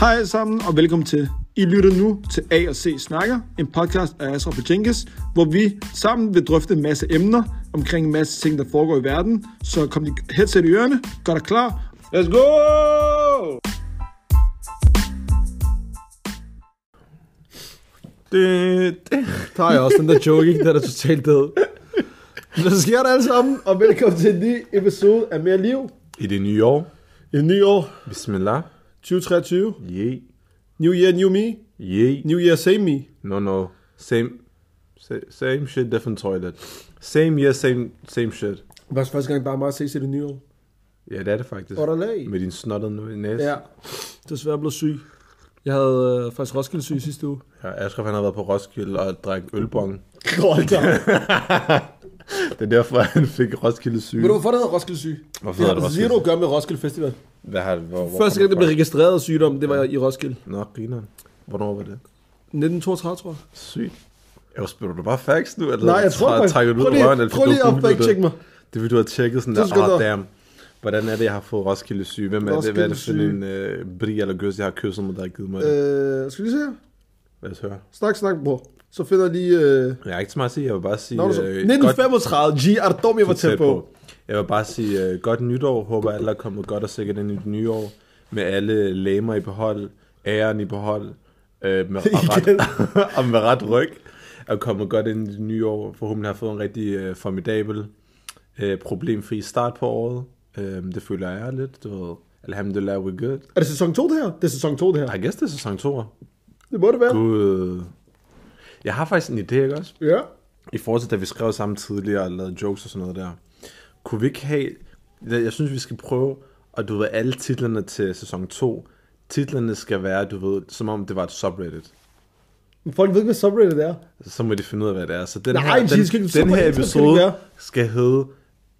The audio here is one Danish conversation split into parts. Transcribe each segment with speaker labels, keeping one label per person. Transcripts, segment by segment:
Speaker 1: Hej alle sammen, og velkommen til. I lytter nu til A og C Snakker, en podcast af Asra Pachinkes, hvor vi sammen vil drøfte en masse emner omkring en masse ting, der foregår i verden. Så kom dit headset i ørerne, gør dig klar. Let's go!
Speaker 2: Det, det. Der er jeg også den der joke, ikke? Den er totalt død.
Speaker 1: Så sker det alle sammen, og velkommen til en ny episode af Mere Liv.
Speaker 2: I det nye år.
Speaker 1: En ny år,
Speaker 2: Bismillah.
Speaker 1: 2023.
Speaker 2: Ye.
Speaker 1: New year, new me.
Speaker 2: Ye.
Speaker 1: New year, same me.
Speaker 2: No, no. Same. sa- Same shit, different toilet. Same year, same, same shit.
Speaker 1: Det var også første gang, der er meget ses i det nye år.
Speaker 2: Ja, det er det faktisk.
Speaker 1: Og der lag.
Speaker 2: Med din snottede næse.
Speaker 1: Ja, desværre blev syg. Jeg havde øh, faktisk Roskilde syg sidste uge.
Speaker 2: ja Ashraf, han har været på Roskilde og drak ølbong.
Speaker 1: Hold da.
Speaker 2: Det er derfor, han fik Roskilde syge.
Speaker 1: Ved du, hvorfor det hedder Roskilde syg?
Speaker 2: Hvorfor hedder det
Speaker 1: Roskilde? Det har zero at gøre med Roskilde Festival.
Speaker 2: Hvad har hvor, hvor
Speaker 3: Første gang, det blev registreret sygdom, det var i Roskilde.
Speaker 2: Nå, griner. Hvornår var det?
Speaker 3: 1932, tror jeg.
Speaker 2: Sygt. Jo, spiller du bare facts nu? Eller
Speaker 1: Nej, jeg tror faktisk-
Speaker 2: faktisk. Trækker du ud
Speaker 1: Prøv
Speaker 2: af
Speaker 1: lige-
Speaker 2: røven, eller
Speaker 1: prøv
Speaker 2: fik du
Speaker 1: lige at
Speaker 2: googlet det?
Speaker 1: fact-check mig.
Speaker 2: Det vil du have tjekket sådan
Speaker 1: Det
Speaker 2: der,
Speaker 1: skal du
Speaker 2: oh,
Speaker 1: da."
Speaker 2: damn. Hvordan er det, jeg har fået Roskilde syge? Hvem er det, hvad er det for
Speaker 1: Roskilde
Speaker 2: en øh, bri eller gøs, jeg har kysset med, der har givet mig det?
Speaker 1: Øh, skal vi se her?
Speaker 2: Lad os høre.
Speaker 1: Snak, snak, bror. Så finder jeg lige... Øh...
Speaker 2: Jeg har ikke så meget at sige, jeg vil bare sige...
Speaker 1: Nå, så...
Speaker 2: øh,
Speaker 1: 1935, G. Artom, jeg var
Speaker 2: godt-
Speaker 1: tæt på.
Speaker 2: Jeg vil bare sige øh, godt nytår. Håber alle er kommet godt og sikkert ind i det nye år. Med alle læmer i behold, æren i behold, øh, med, og,
Speaker 1: Igen.
Speaker 2: ret, og med ret ryg. Er kommet godt ind i det nye år. Forhåbentlig har fået en rigtig øh, formidabel, øh, problemfri start på året. Øh, det føler jeg lidt, du ved. Alhamdulillah, we're good.
Speaker 1: Er det sæson 2, det her? Det er sæson 2, det her.
Speaker 2: Jeg gæst det er sæson 2.
Speaker 1: Det må det være.
Speaker 2: Gud. Jeg har faktisk en idé, ikke også?
Speaker 1: Ja.
Speaker 2: I forhold til, da vi skrev sammen tidligere og lavede jokes og sådan noget der. Kunne vi ikke have... Jeg jeg synes, vi skal prøve, og du ved, alle titlerne til sæson 2, titlerne skal være, du ved, som om det var et subreddit.
Speaker 1: Men folk ved ikke, hvad subreddit er.
Speaker 2: Så må de finde ud af, hvad det er. Så den
Speaker 1: Nej,
Speaker 2: her,
Speaker 1: de
Speaker 2: den,
Speaker 1: skal ikke-
Speaker 2: den
Speaker 1: subreddit
Speaker 2: her
Speaker 1: skal det ikke
Speaker 2: episode
Speaker 1: være.
Speaker 2: skal hedde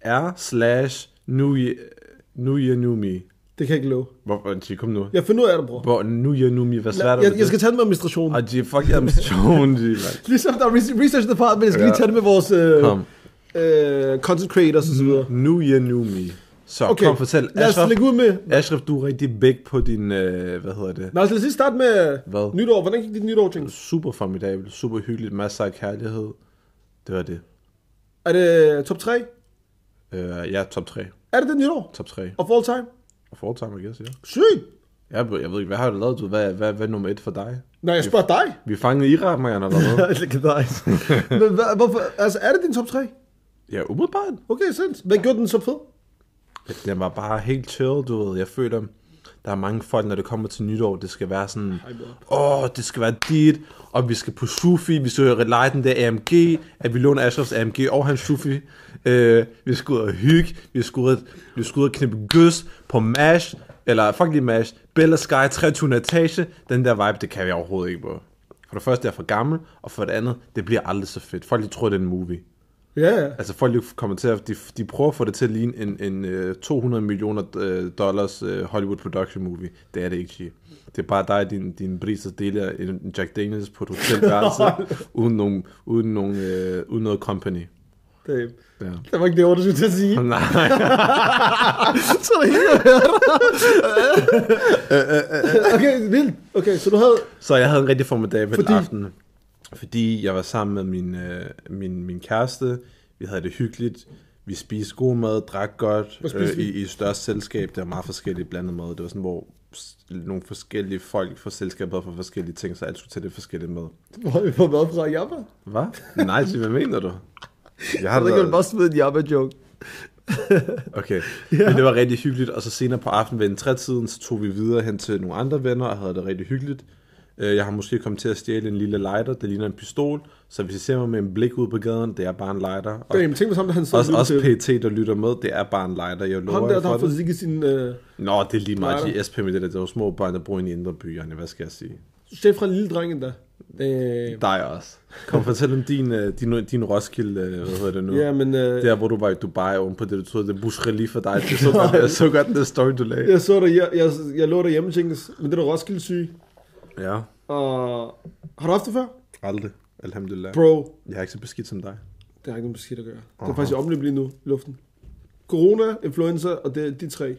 Speaker 2: R slash New Year, New Year New Me.
Speaker 1: Det kan jeg ikke love.
Speaker 2: Hvor, kom nu.
Speaker 1: Jeg finder ud af det, bror.
Speaker 2: Hvor New Year New Me, hvad svært er
Speaker 3: Jeg,
Speaker 2: det?
Speaker 3: jeg skal tage den med administrationen.
Speaker 2: Og de er fucking administration, de er
Speaker 1: Ligesom der er res- research department, jeg skal lige
Speaker 2: Ja.
Speaker 1: tage det med vores øh,
Speaker 2: Kom.
Speaker 1: øh, content creators og så videre.
Speaker 2: New year, new me. Så okay. kom, fortæl.
Speaker 1: Lad os
Speaker 2: Ashraf,
Speaker 1: lægge ud med...
Speaker 2: Ashraf, du er rigtig big på din, øh, hvad hedder det?
Speaker 1: Lad os lige starte med
Speaker 2: Hvad?
Speaker 1: nytår. Hvordan gik dit nytår, James?
Speaker 2: Super formidabel, super hyggeligt, masser af kærlighed. Det var det.
Speaker 1: Er det top 3?
Speaker 2: Øh, jeg er top 3.
Speaker 1: Er det det nytår?
Speaker 2: Top 3.
Speaker 1: Of all time?
Speaker 2: Og foretime, I guess, ja.
Speaker 1: Sygt!
Speaker 2: Jeg, ved- jeg ved ikke, hvad har du lavet? Du? Hvad, hvad, hvad er nummer 1 for dig?
Speaker 1: Når jeg spørger dig.
Speaker 2: Vi er fanget i Irak, Marianne, eller hvad?
Speaker 1: Legendarisk. Men hva, hvorfor, altså, er det din top 3?
Speaker 2: ja, umiddelbart.
Speaker 1: Okay, sinds. Hvad gjorde den så fed?
Speaker 2: Den var bare helt chill, du ved. Jeg føler, der er mange folk, når det kommer til nytår, det skal være sådan, åh, oh, det skal være dit, og vi skal på Sufi, vi skal lege den der AMG, at vi låner Ashrafs AMG og hans Sufi. Øh, vi skal ud og hygge, vi skal ud, og- vi skal ud og knippe gøs på MASH, eller fuck lige MASH, Bella Sky 23 etage, den der vibe, det kan vi overhovedet ikke på. For det første, jeg er for gammel, og for det andet, det bliver aldrig så fedt. Folk de tror, det er en movie.
Speaker 1: Ja, ja.
Speaker 2: Altså folk de kommer til at, de, de prøver at få det til at ligne en, en øh, 200 millioner øh, dollars øh, Hollywood production movie. Det er det ikke, G. Det er bare dig og din, din bris, der deler en Jack Daniels på et hotelværelse, uden, nogen, uden, nogen, øh, uden noget company.
Speaker 1: Damn.
Speaker 2: Ja.
Speaker 1: Det var ikke det ord, du skulle til at sige.
Speaker 2: Nej,
Speaker 1: så er det ikke Okay, vildt. Okay, så du havde...
Speaker 2: så jeg havde en rigtig formidabel
Speaker 1: Fordi-
Speaker 2: fordi... aften, fordi jeg var sammen med min, øh, min, min kæreste, vi havde det hyggeligt, vi spiste god mad, drak godt,
Speaker 1: Hvad spiste
Speaker 2: øh, i, i et større selskab, der var meget forskelligt blandet mad, det var sådan, hvor s- nogle forskellige folk fra selskabet havde for forskellige ting, så alt skulle tage det forskellige med.
Speaker 1: Hvor har vi fået mad fra Jabba?
Speaker 2: Hvad? Nej, Jim, hvad mener du? Jeg
Speaker 3: Jeg
Speaker 2: har
Speaker 3: ved ikke, om
Speaker 2: da...
Speaker 3: du bare smed en Jabba-joke.
Speaker 2: Okay, ja. men det var rigtig hyggeligt, og så senere på aftenen ved en trætiden, så tog vi videre hen til nogle andre venner og havde det rigtig hyggeligt. Øh, Jeg har måske kommet til at stjæle en lille lighter, der ligner en pistol, så hvis I ser mig med en blik ud på gaden, det er bare en lighter. Og
Speaker 1: Damn, tænk mig sammen, da han så
Speaker 2: også,
Speaker 1: lyttede
Speaker 2: også
Speaker 1: til
Speaker 2: PT, der lytter med, det er bare en lighter, jeg lover
Speaker 1: Ham
Speaker 2: jer
Speaker 1: der, der
Speaker 2: for
Speaker 1: har fået
Speaker 2: det.
Speaker 1: sig sin øh,
Speaker 2: Nå, det er lige meget,
Speaker 1: Lighter.
Speaker 2: de SP med det der, det var små børn, der bor i en indre by, Janne, hvad skal jeg sige?
Speaker 1: chef fra en lille dreng endda. Øh,
Speaker 2: Dig også. Kom, fortæl om din, øh, din, din Roskilde, øh, hvad hedder det nu?
Speaker 1: ja, men øh,
Speaker 2: Der, hvor du var i Dubai, oven på det, du troede, det er Bush Relief for dig. Det er så godt, jeg så godt den der story, du lagde.
Speaker 1: jeg så dig, jeg, jeg, jeg lå derhjemme og tænkte, men det er da Roskilde syg.
Speaker 2: Ja.
Speaker 1: Og har du haft det før?
Speaker 2: Aldrig, alhamdulillah. Bro.
Speaker 1: Bro,
Speaker 2: Jeg er ikke så beskidt som dig.
Speaker 1: Det har ikke noget med skidt at gøre. Det er faktisk i omløb lige nu, luften. Corona, influenza og det, de tre.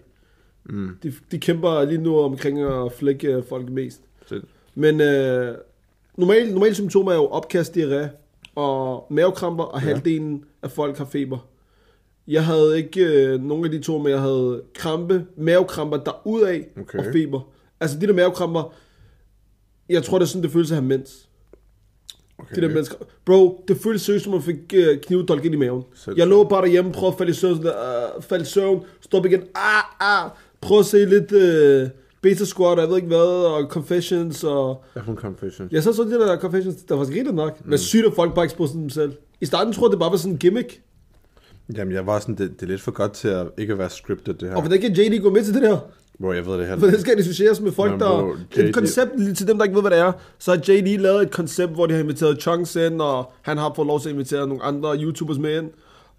Speaker 2: Mm.
Speaker 1: De, de kæmper lige nu omkring at flække øh, folk mest.
Speaker 2: Så,
Speaker 1: Men øh, normale normal symptomer er jo opkast, diarré og mavekramper, og ja. halvdelen af folk har feber. Jeg havde ikke øh, nogen af de to, men jeg havde krampe, mavekramper derudad
Speaker 2: Okay.
Speaker 1: okay. og feber. Altså de der mavekramper, jeg tror det er sådan, det føles at have mens.
Speaker 2: okay.
Speaker 1: Okay. Det der mennesker. Bro, det føltes seriøst, som om jeg fik øh, knivdolk ind i maven.
Speaker 2: Sindssygt.
Speaker 1: Jeg lå bare derhjemme, prøvede at falde i søvn, sådan der, øh, falde i søvn, stop igen, ah, ah, prøvede at se lidt øh, beta squat, og jeg ved ikke hvad, og confessions, og...
Speaker 2: Jeg får en confession.
Speaker 1: Jeg så så de der confessions, der var skridt nok, mm. men sygt, at folk bare exposerede dem selv. I starten troede jeg, det bare var sådan en gimmick, ja.
Speaker 2: Jamen, jeg var sådan, det, det er lidt for godt til at ikke at være scripted, det her.
Speaker 1: og hvordan kan JD gå med til det der?
Speaker 2: Bro, jeg ved det heller
Speaker 1: Hvordan
Speaker 2: ikke.
Speaker 1: skal det associeres med folk,
Speaker 2: Men
Speaker 1: der...
Speaker 2: bro, JD
Speaker 1: Et koncept, lige til dem, der ikke ved, hvad det er, så har JD lavet et koncept, hvor de har inviteret Chunks ind, og han har fået lov til at invitere nogle andre YouTubers med ind,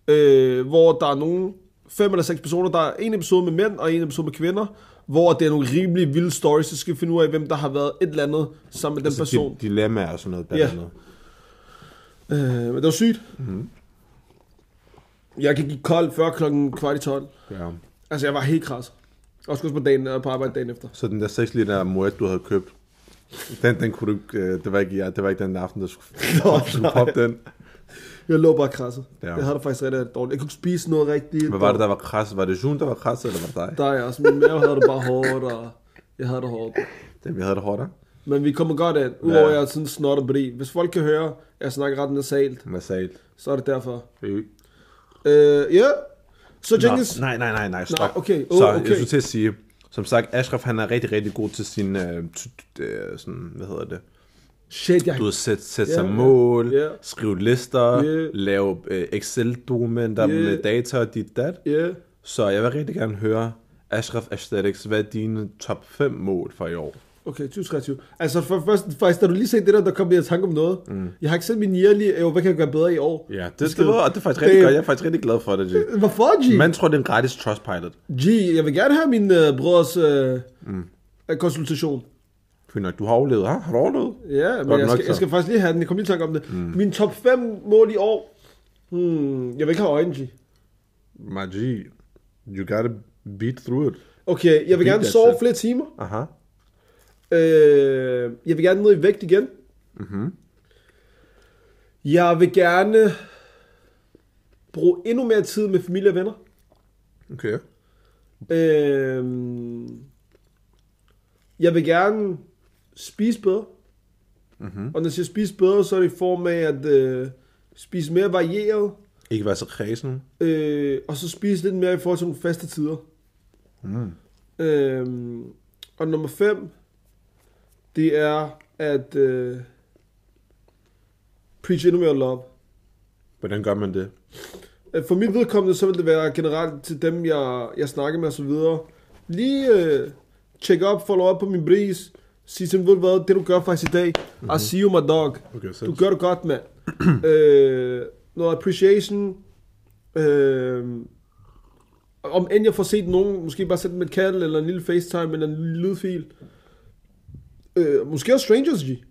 Speaker 1: øh, hvor der er nogle fem eller seks personer, der er en episode med mænd og en episode med kvinder, hvor det er nogle rimelig vilde stories, så skal vi finde ud af, hvem der har været et eller andet sammen med den
Speaker 2: Altså,
Speaker 1: person.
Speaker 2: di- dilemmaer og sådan noget. Blandt
Speaker 1: Ja.
Speaker 2: andet.
Speaker 1: Øh, men det var sygt. Mm-hmm.
Speaker 2: Mhm.
Speaker 1: Jeg gik i kold før klokken kvart i 12.
Speaker 2: Ja.
Speaker 1: Altså, jeg var helt kras. Og skulle også på, dagen, øh, på arbejde dagen efter.
Speaker 2: Så den der 6 liter mort, du havde købt, den, den kunne du, ikke, øh, det, var ikke, ja, det var ikke den aften, der skulle, der skulle poppe den.
Speaker 1: Jeg lå bare krasset.
Speaker 2: Ja.
Speaker 1: Ja. Jeg havde det faktisk rigtig, rigtig dårligt. Jeg kunne ikke spise noget rigtigt.
Speaker 2: Hvad var det, der var kras? Var det June, der var kras, eller var det dig?
Speaker 1: Der er jeg også. altså, Min mave havde det bare hårdt, og jeg havde det hårdt.
Speaker 2: Den, vi havde det hårdt, ikke?
Speaker 1: Men vi kommer godt ind, udover
Speaker 2: Ja.
Speaker 1: ja. jeg er sådan snot og bri. Hvis folk kan høre, at jeg snakker ret nasalt,
Speaker 2: Massalt.
Speaker 1: så er det derfor.
Speaker 2: Øh.
Speaker 1: Øh, ja. Så Jenkins,
Speaker 2: Nå, nej, nej, nej, nej, stop.
Speaker 1: Nej, okay, åh,
Speaker 2: så
Speaker 1: okay.
Speaker 2: jeg skulle til at sige, som sagt, Ashraf, han er rigtig, rigtig god til sin, øh, t- t- øh, sådan, hvad hedder det?
Speaker 1: shit, jeg
Speaker 2: Du ved, sætte sæt yeah, sig
Speaker 1: Ja,
Speaker 2: mål,
Speaker 1: ja.
Speaker 2: yeah. skrive lister,
Speaker 1: Ja.
Speaker 2: yeah. lave øh, Excel-dokumenter
Speaker 1: Ja.
Speaker 2: yeah. med data og dit dat.
Speaker 1: Ja.
Speaker 2: Så jeg vil rigtig gerne høre, Ashraf Aesthetics, hvad er dine top 5 mål for i år?
Speaker 1: Okay, 2023. Altså for først, faktisk, da du lige sagde det der, der kom jeg i tanke om noget. Mm. Jeg har ikke set min yearly, jo, hvad kan jeg gøre bedre i år?
Speaker 2: Ja, det,
Speaker 1: Vi
Speaker 2: det, var, og det er faktisk rigtig
Speaker 1: Det-
Speaker 2: godt. Jeg er faktisk rigtig glad for det, G.
Speaker 1: Hvorfor, G?
Speaker 2: Man tror, det er en gratis Trustpilot.
Speaker 1: G, jeg vil gerne have min øh, brors øh, mm. konsultation.
Speaker 2: Fint nok, du har overlevet, ha? Har du overlevet?
Speaker 1: Ja, men
Speaker 2: Godt
Speaker 1: jeg
Speaker 2: nok,
Speaker 1: skal,
Speaker 2: så.
Speaker 1: jeg skal faktisk lige have den. Jeg kom lige i tanke om det. Mm. Min top 5 mål i år. Hmm, jeg vil ikke have øjne, G.
Speaker 2: My G, you gotta beat through it.
Speaker 1: Okay, jeg vil
Speaker 2: Beat
Speaker 1: gerne
Speaker 2: that
Speaker 1: sove
Speaker 2: shit.
Speaker 1: flere timer.
Speaker 2: Aha.
Speaker 1: Øh, jeg vil gerne ned i vægt igen. Mm-hmm.
Speaker 2: Mhm.
Speaker 1: Jeg vil gerne bruge endnu mere tid med familie og venner.
Speaker 2: Okay.
Speaker 1: Øhm, jeg vil gerne spise bedre.
Speaker 2: Mhm.
Speaker 1: Mm-hmm. Og når jeg siger spise bedre, så er det i form af at øh, spise mere varieret.
Speaker 2: Ikke være så kredsen.
Speaker 1: Øh, og så spise lidt mere i forhold til nogle faste tider. Mm. Øhm, og nummer 5, det er at øh, preach endnu mere love.
Speaker 2: Hvordan gør man det?
Speaker 1: Øh, For mit vedkommende, så vil det være generelt til dem, jeg, jeg snakker med osv. Lige øh, check up, follow up på min bris. Sig til dem, ved du hvad, det du gør faktisk i dag. Mm-hmm. I see you, my dog.
Speaker 2: Okay,
Speaker 1: Du gør det godt, mand. øh, noget appreciation. Øh, om end jeg får set nogen, måske bare sætte dem et kald, eller en lille facetime, eller en lille lydfil. Øh, måske også strangers, G.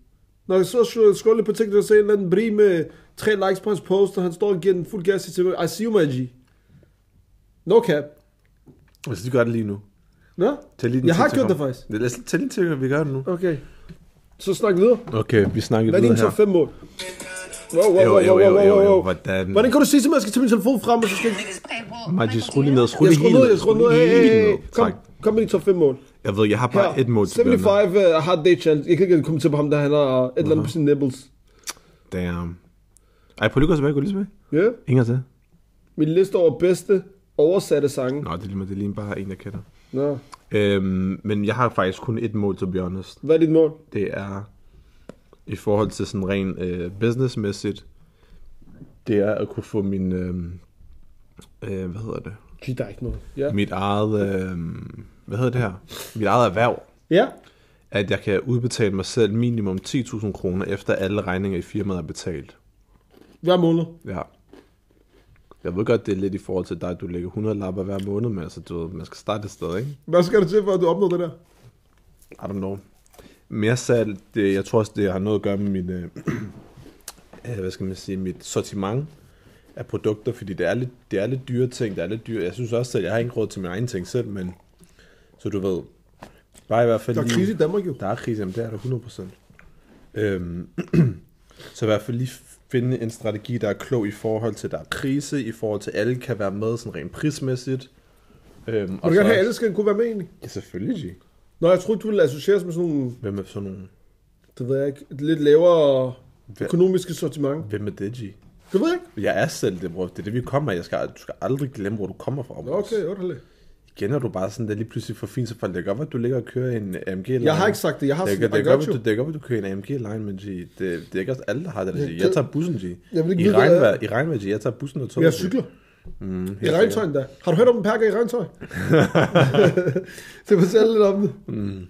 Speaker 1: Når jeg så sk- scroller lidt på TikTok og ser en eller anden bri med tre likes på hans post, og han står og giver den fuld gas til mig. I see you, my G. No cap.
Speaker 2: Altså, de gør det lige nu.
Speaker 1: Nå?
Speaker 2: Tag lige den
Speaker 1: Jeg
Speaker 2: til
Speaker 1: har
Speaker 2: til
Speaker 1: gjort
Speaker 2: kom.
Speaker 1: det faktisk.
Speaker 2: Lad os tage lige til, at vi gør det nu.
Speaker 1: Okay. Så snak videre.
Speaker 2: Okay, vi snakker
Speaker 1: Hvad er
Speaker 2: videre
Speaker 1: dine
Speaker 2: her.
Speaker 1: top 5 mål? Wow, wow, wow,
Speaker 2: Jo,
Speaker 1: wow,
Speaker 2: jo, jo,
Speaker 1: wow,
Speaker 2: jo,
Speaker 1: wow,
Speaker 2: jo,
Speaker 1: wow.
Speaker 2: hvordan?
Speaker 1: Hvordan kan du sige til mig, at jeg skal tage min telefon frem, og så skal jeg...
Speaker 2: Majdi, skru lige ned, skru
Speaker 1: Jeg
Speaker 2: lige
Speaker 1: skruer
Speaker 2: helt
Speaker 1: ned, jeg skruer ned. Hey,
Speaker 2: helt
Speaker 1: hey, hey.
Speaker 2: ned.
Speaker 1: Kom,
Speaker 2: Tak.
Speaker 1: kom med de top 5 mål.
Speaker 2: Jeg ved, jeg har bare et mål tilbage nu.
Speaker 1: 75 uh, hard day challenge. Jeg kan ikke komme til på ham, der han har et eller andet på sine nipples.
Speaker 2: Damn. Ej, prøv lige at gå tilbage, gå lige tilbage.
Speaker 1: Ja. Yeah.
Speaker 2: Ingen til.
Speaker 1: Min liste over bedste oversatte sange.
Speaker 2: Nå, det er lige, meget, det er lige bare en, jeg kender.
Speaker 1: Nå.
Speaker 2: Øhm, men jeg har faktisk kun et mål, to be honest.
Speaker 1: Hvad er dit mål?
Speaker 2: Det er i forhold til sådan rent øh, businessmæssigt, det er at kunne få min, øh, øh, hvad hedder det,
Speaker 1: Gee, der er ikke noget. Ja.
Speaker 2: mit eget, øh, hvad hedder det her, mit eget erhverv,
Speaker 1: Ja.
Speaker 2: at jeg kan udbetale mig selv minimum 10.000 kroner, efter alle regninger i firmaet er betalt.
Speaker 1: Hver måned.
Speaker 2: Ja. Jeg ved godt, det er lidt i forhold til dig, du lægger 100 lapper hver måned, men altså, du ved, man skal starte et sted, ikke?
Speaker 1: Hvad skal der til, for at du opnår det der?
Speaker 2: I don't know. Mere salg, det, jeg tror også, det har noget at gøre med mit, øh, øh, hvad skal man sige, mit sortiment af produkter, fordi det er lidt, det er lidt dyre ting, det er lidt dyre. Jeg synes også, at jeg har ikke råd til mine egne ting selv, men Så du ved, bare i hvert fald
Speaker 1: Der er
Speaker 2: lige-
Speaker 1: krise i Danmark jo.
Speaker 2: Der er krise, jamen det er der 100%. Øhm, så i hvert fald lige finde en strategi, der er klog i forhold til, der er krise, i forhold til, at alle kan være med sådan rent prismæssigt. Øhm,
Speaker 1: Og du kan have, at alle skal kunne være med egentlig.
Speaker 2: Ja, selvfølgelig. G.
Speaker 1: Nå, jeg troede, du ville associeres med sådan nogle,
Speaker 2: Hvem er sådan nogle...
Speaker 1: det ved jeg ikke, et lidt lavere
Speaker 2: Hvad?
Speaker 1: økonomiske sortiment.
Speaker 2: Hvem er det, G?
Speaker 1: Det ved jeg ikke.
Speaker 2: Jeg er selv det, bror. Det er det, vi kommer af. Jeg skal, du skal aldrig glemme, hvor du kommer fra.
Speaker 1: Nå,
Speaker 2: bror.
Speaker 1: okay, underligt.
Speaker 2: Igen er du bare sådan, der lige pludselig for fint, så folk, det kan godt være, at du ligger og kører en AMG line.
Speaker 1: Jeg har ikke sagt det. Jeg har
Speaker 2: det,
Speaker 1: sagt,
Speaker 2: kan, det,
Speaker 1: I
Speaker 2: kan godt,
Speaker 1: got
Speaker 2: være,
Speaker 1: you.
Speaker 2: du- det kan godt, være, du kører en AMG line, men G, det, det er ikke også alle, der har det. Der,
Speaker 1: Jeg
Speaker 2: G.
Speaker 1: kan-
Speaker 2: Jeg tager bussen, G.
Speaker 1: Jeg vil ikke
Speaker 2: I
Speaker 1: vide, hvad det
Speaker 2: regnvejr,
Speaker 1: er.
Speaker 2: I regnvejr, G. Jeg tager bussen og toget.
Speaker 1: Jeg
Speaker 2: G.
Speaker 1: cykler.
Speaker 2: Mm, helt
Speaker 1: I
Speaker 2: sikkert.
Speaker 1: regntøj endda. Har du hørt om en perker i regntøj? det fortæller lidt om det.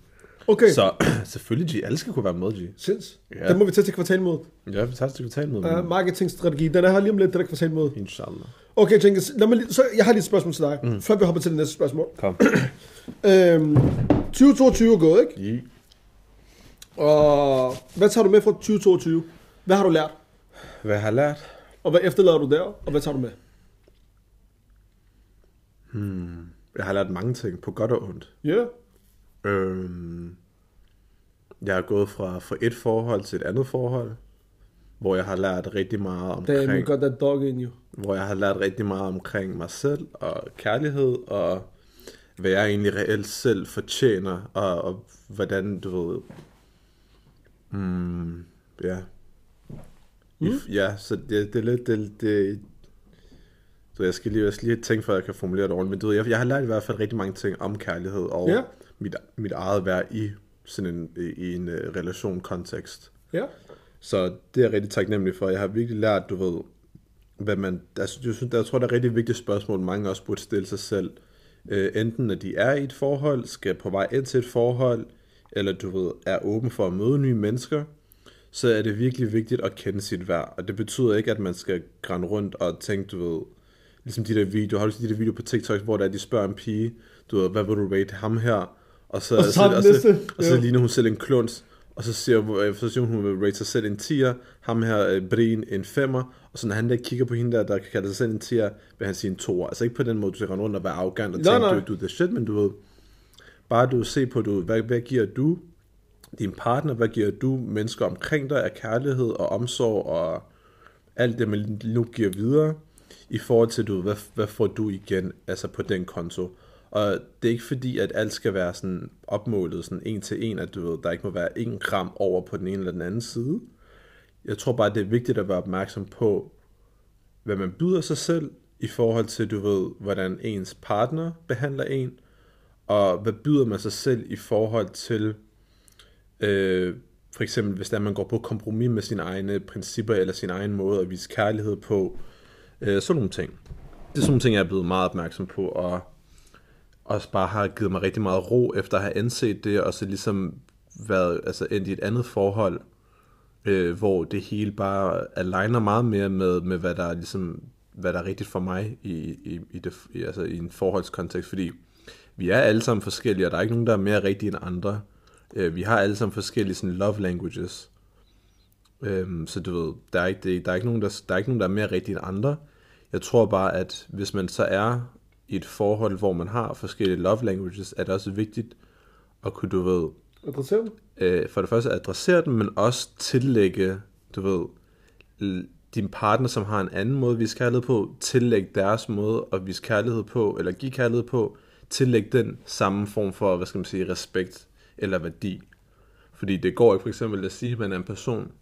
Speaker 1: Okay, så.
Speaker 2: Mm. Så selvfølgelig, G. Alle skal kunne være med, G.
Speaker 1: sinds.
Speaker 2: Ja. Mm.
Speaker 1: Den må vi tage til kvartalmødet.
Speaker 2: Ja, fantastisk at tale med
Speaker 1: Uh,
Speaker 2: dem.
Speaker 1: marketingstrategi, den er her lige om lidt, det der kvartalmøde.
Speaker 2: Inshallah.
Speaker 1: Okay, Jenkins, lad mig lige, så jeg har lige et spørgsmål til dig, mm. før vi hopper til det næste spørgsmål.
Speaker 2: Kom.
Speaker 1: Øhm, 2022 er gået, ikke?
Speaker 2: I.
Speaker 1: Og hvad tager du med fra 2022? Hvad har du lært?
Speaker 2: Hvad jeg har lært?
Speaker 1: Og hvad efterlader du der? Og hvad tager du med?
Speaker 2: Jeg har lært mange ting, på godt og ondt.
Speaker 1: Ja. Yeah.
Speaker 2: Øhm, jeg er gået fra, fra et forhold til et andet forhold, hvor jeg har lært rigtig meget
Speaker 1: Damn, you
Speaker 2: omkring,
Speaker 1: got that dog in you.
Speaker 2: hvor jeg har lært rigtig meget omkring mig selv og kærlighed og hvad jeg egentlig reelt selv fortjener og, og hvordan du ved, mm, ja, mm. ja, så det, det er lidt, det, det så jeg skal lige, jeg skal lige tænke, før jeg kan formulere det ordentligt. Men du ved, jeg, jeg har lært i hvert fald rigtig mange ting om kærlighed og
Speaker 1: Ja.
Speaker 2: mit, mit eget værd i sådan en, i en øh, relation kontekst.
Speaker 1: Ja.
Speaker 2: Så det er jeg rigtig taknemmelig for. Jeg har virkelig lært, du ved, hvad man... Altså, jeg, synes, jeg tror, der er et rigtig vigtigt spørgsmål, mange også burde stille sig selv. Øh, enten at de er i et forhold, skal på vej ind til et forhold, eller du ved, er åben for at møde nye mennesker, så er det virkelig vigtigt at kende sit værd. Og det betyder ikke, at man skal grænne rundt og tænke, du ved, ligesom de der videoer, har du set de der videoer på TikTok, hvor der er, de spørger en pige, du ved, hvad vil du rate ham her? Og så, og
Speaker 1: så har den
Speaker 2: og så,
Speaker 1: næste.
Speaker 2: og så
Speaker 1: Ja.
Speaker 2: ligner hun selv en kluns, og så siger, hun- øh, så siger hun, hun vil rate sig selv en 10'er, ham her, øh, Brin, en 5'er, og så når han der kigger på hende der, der kalder sig selv en 10'er, vil han sige en 2'er. Altså ikke på den måde, du skal rende rundt og være arrogant og
Speaker 1: Nej,
Speaker 2: tænke,
Speaker 1: nej.
Speaker 2: du, du er the shit, men du ved, bare du se på, du, hvad, hvad giver du din partner, hvad giver du mennesker omkring dig af kærlighed og omsorg og alt det, man nu giver videre, i forhold til, du, hvad, hvad får du igen altså på den konto. Og det er ikke fordi, at alt skal være sådan opmålet sådan en til en, at du ved, der ikke må være en gram over på den ene eller den anden side. Jeg tror bare, det er vigtigt at være opmærksom på, hvad man byder sig selv, i forhold til, du ved, hvordan ens partner behandler en, og hvad byder man sig selv i forhold til, øh, for eksempel hvis der man går på kompromis med sine egne principper, eller sin egen måde at vise kærlighed på, øh, sådan nogle ting. Det er sådan nogle ting, jeg er blevet meget opmærksom på, og også bare har givet mig rigtig meget ro, efter at have indset det, og så ligesom været altså, endt i et andet forhold, øh, hvor det hele bare aligner meget mere med, med hvad der er ligesom, hvad der er rigtigt for mig i, i, i, det, i, altså i en forholdskontekst, fordi vi er alle sammen forskellige, og der er ikke nogen, der er mere rigtige end andre. Øh, vi har alle sammen forskellige sådan, love languages. Øhm, så du ved, der er, ikke, det, der, er ikke nogen, der, der er ikke nogen, der er mere rigtige end andre. Jeg tror bare, at hvis man så er i et forhold, hvor man har forskellige love languages, er det også vigtigt at kunne, du ved,
Speaker 1: Adresser dem.
Speaker 2: øh, for det første adressere dem, men også tillægge, du ved, l- din partner, som har en anden måde at vise kærlighed på, tillægge deres måde at vise kærlighed på, eller give kærlighed på, tillægge den samme form for, hvad skal man sige, respekt eller værdi. Fordi det går ikke for eksempel at sige, at man er en person,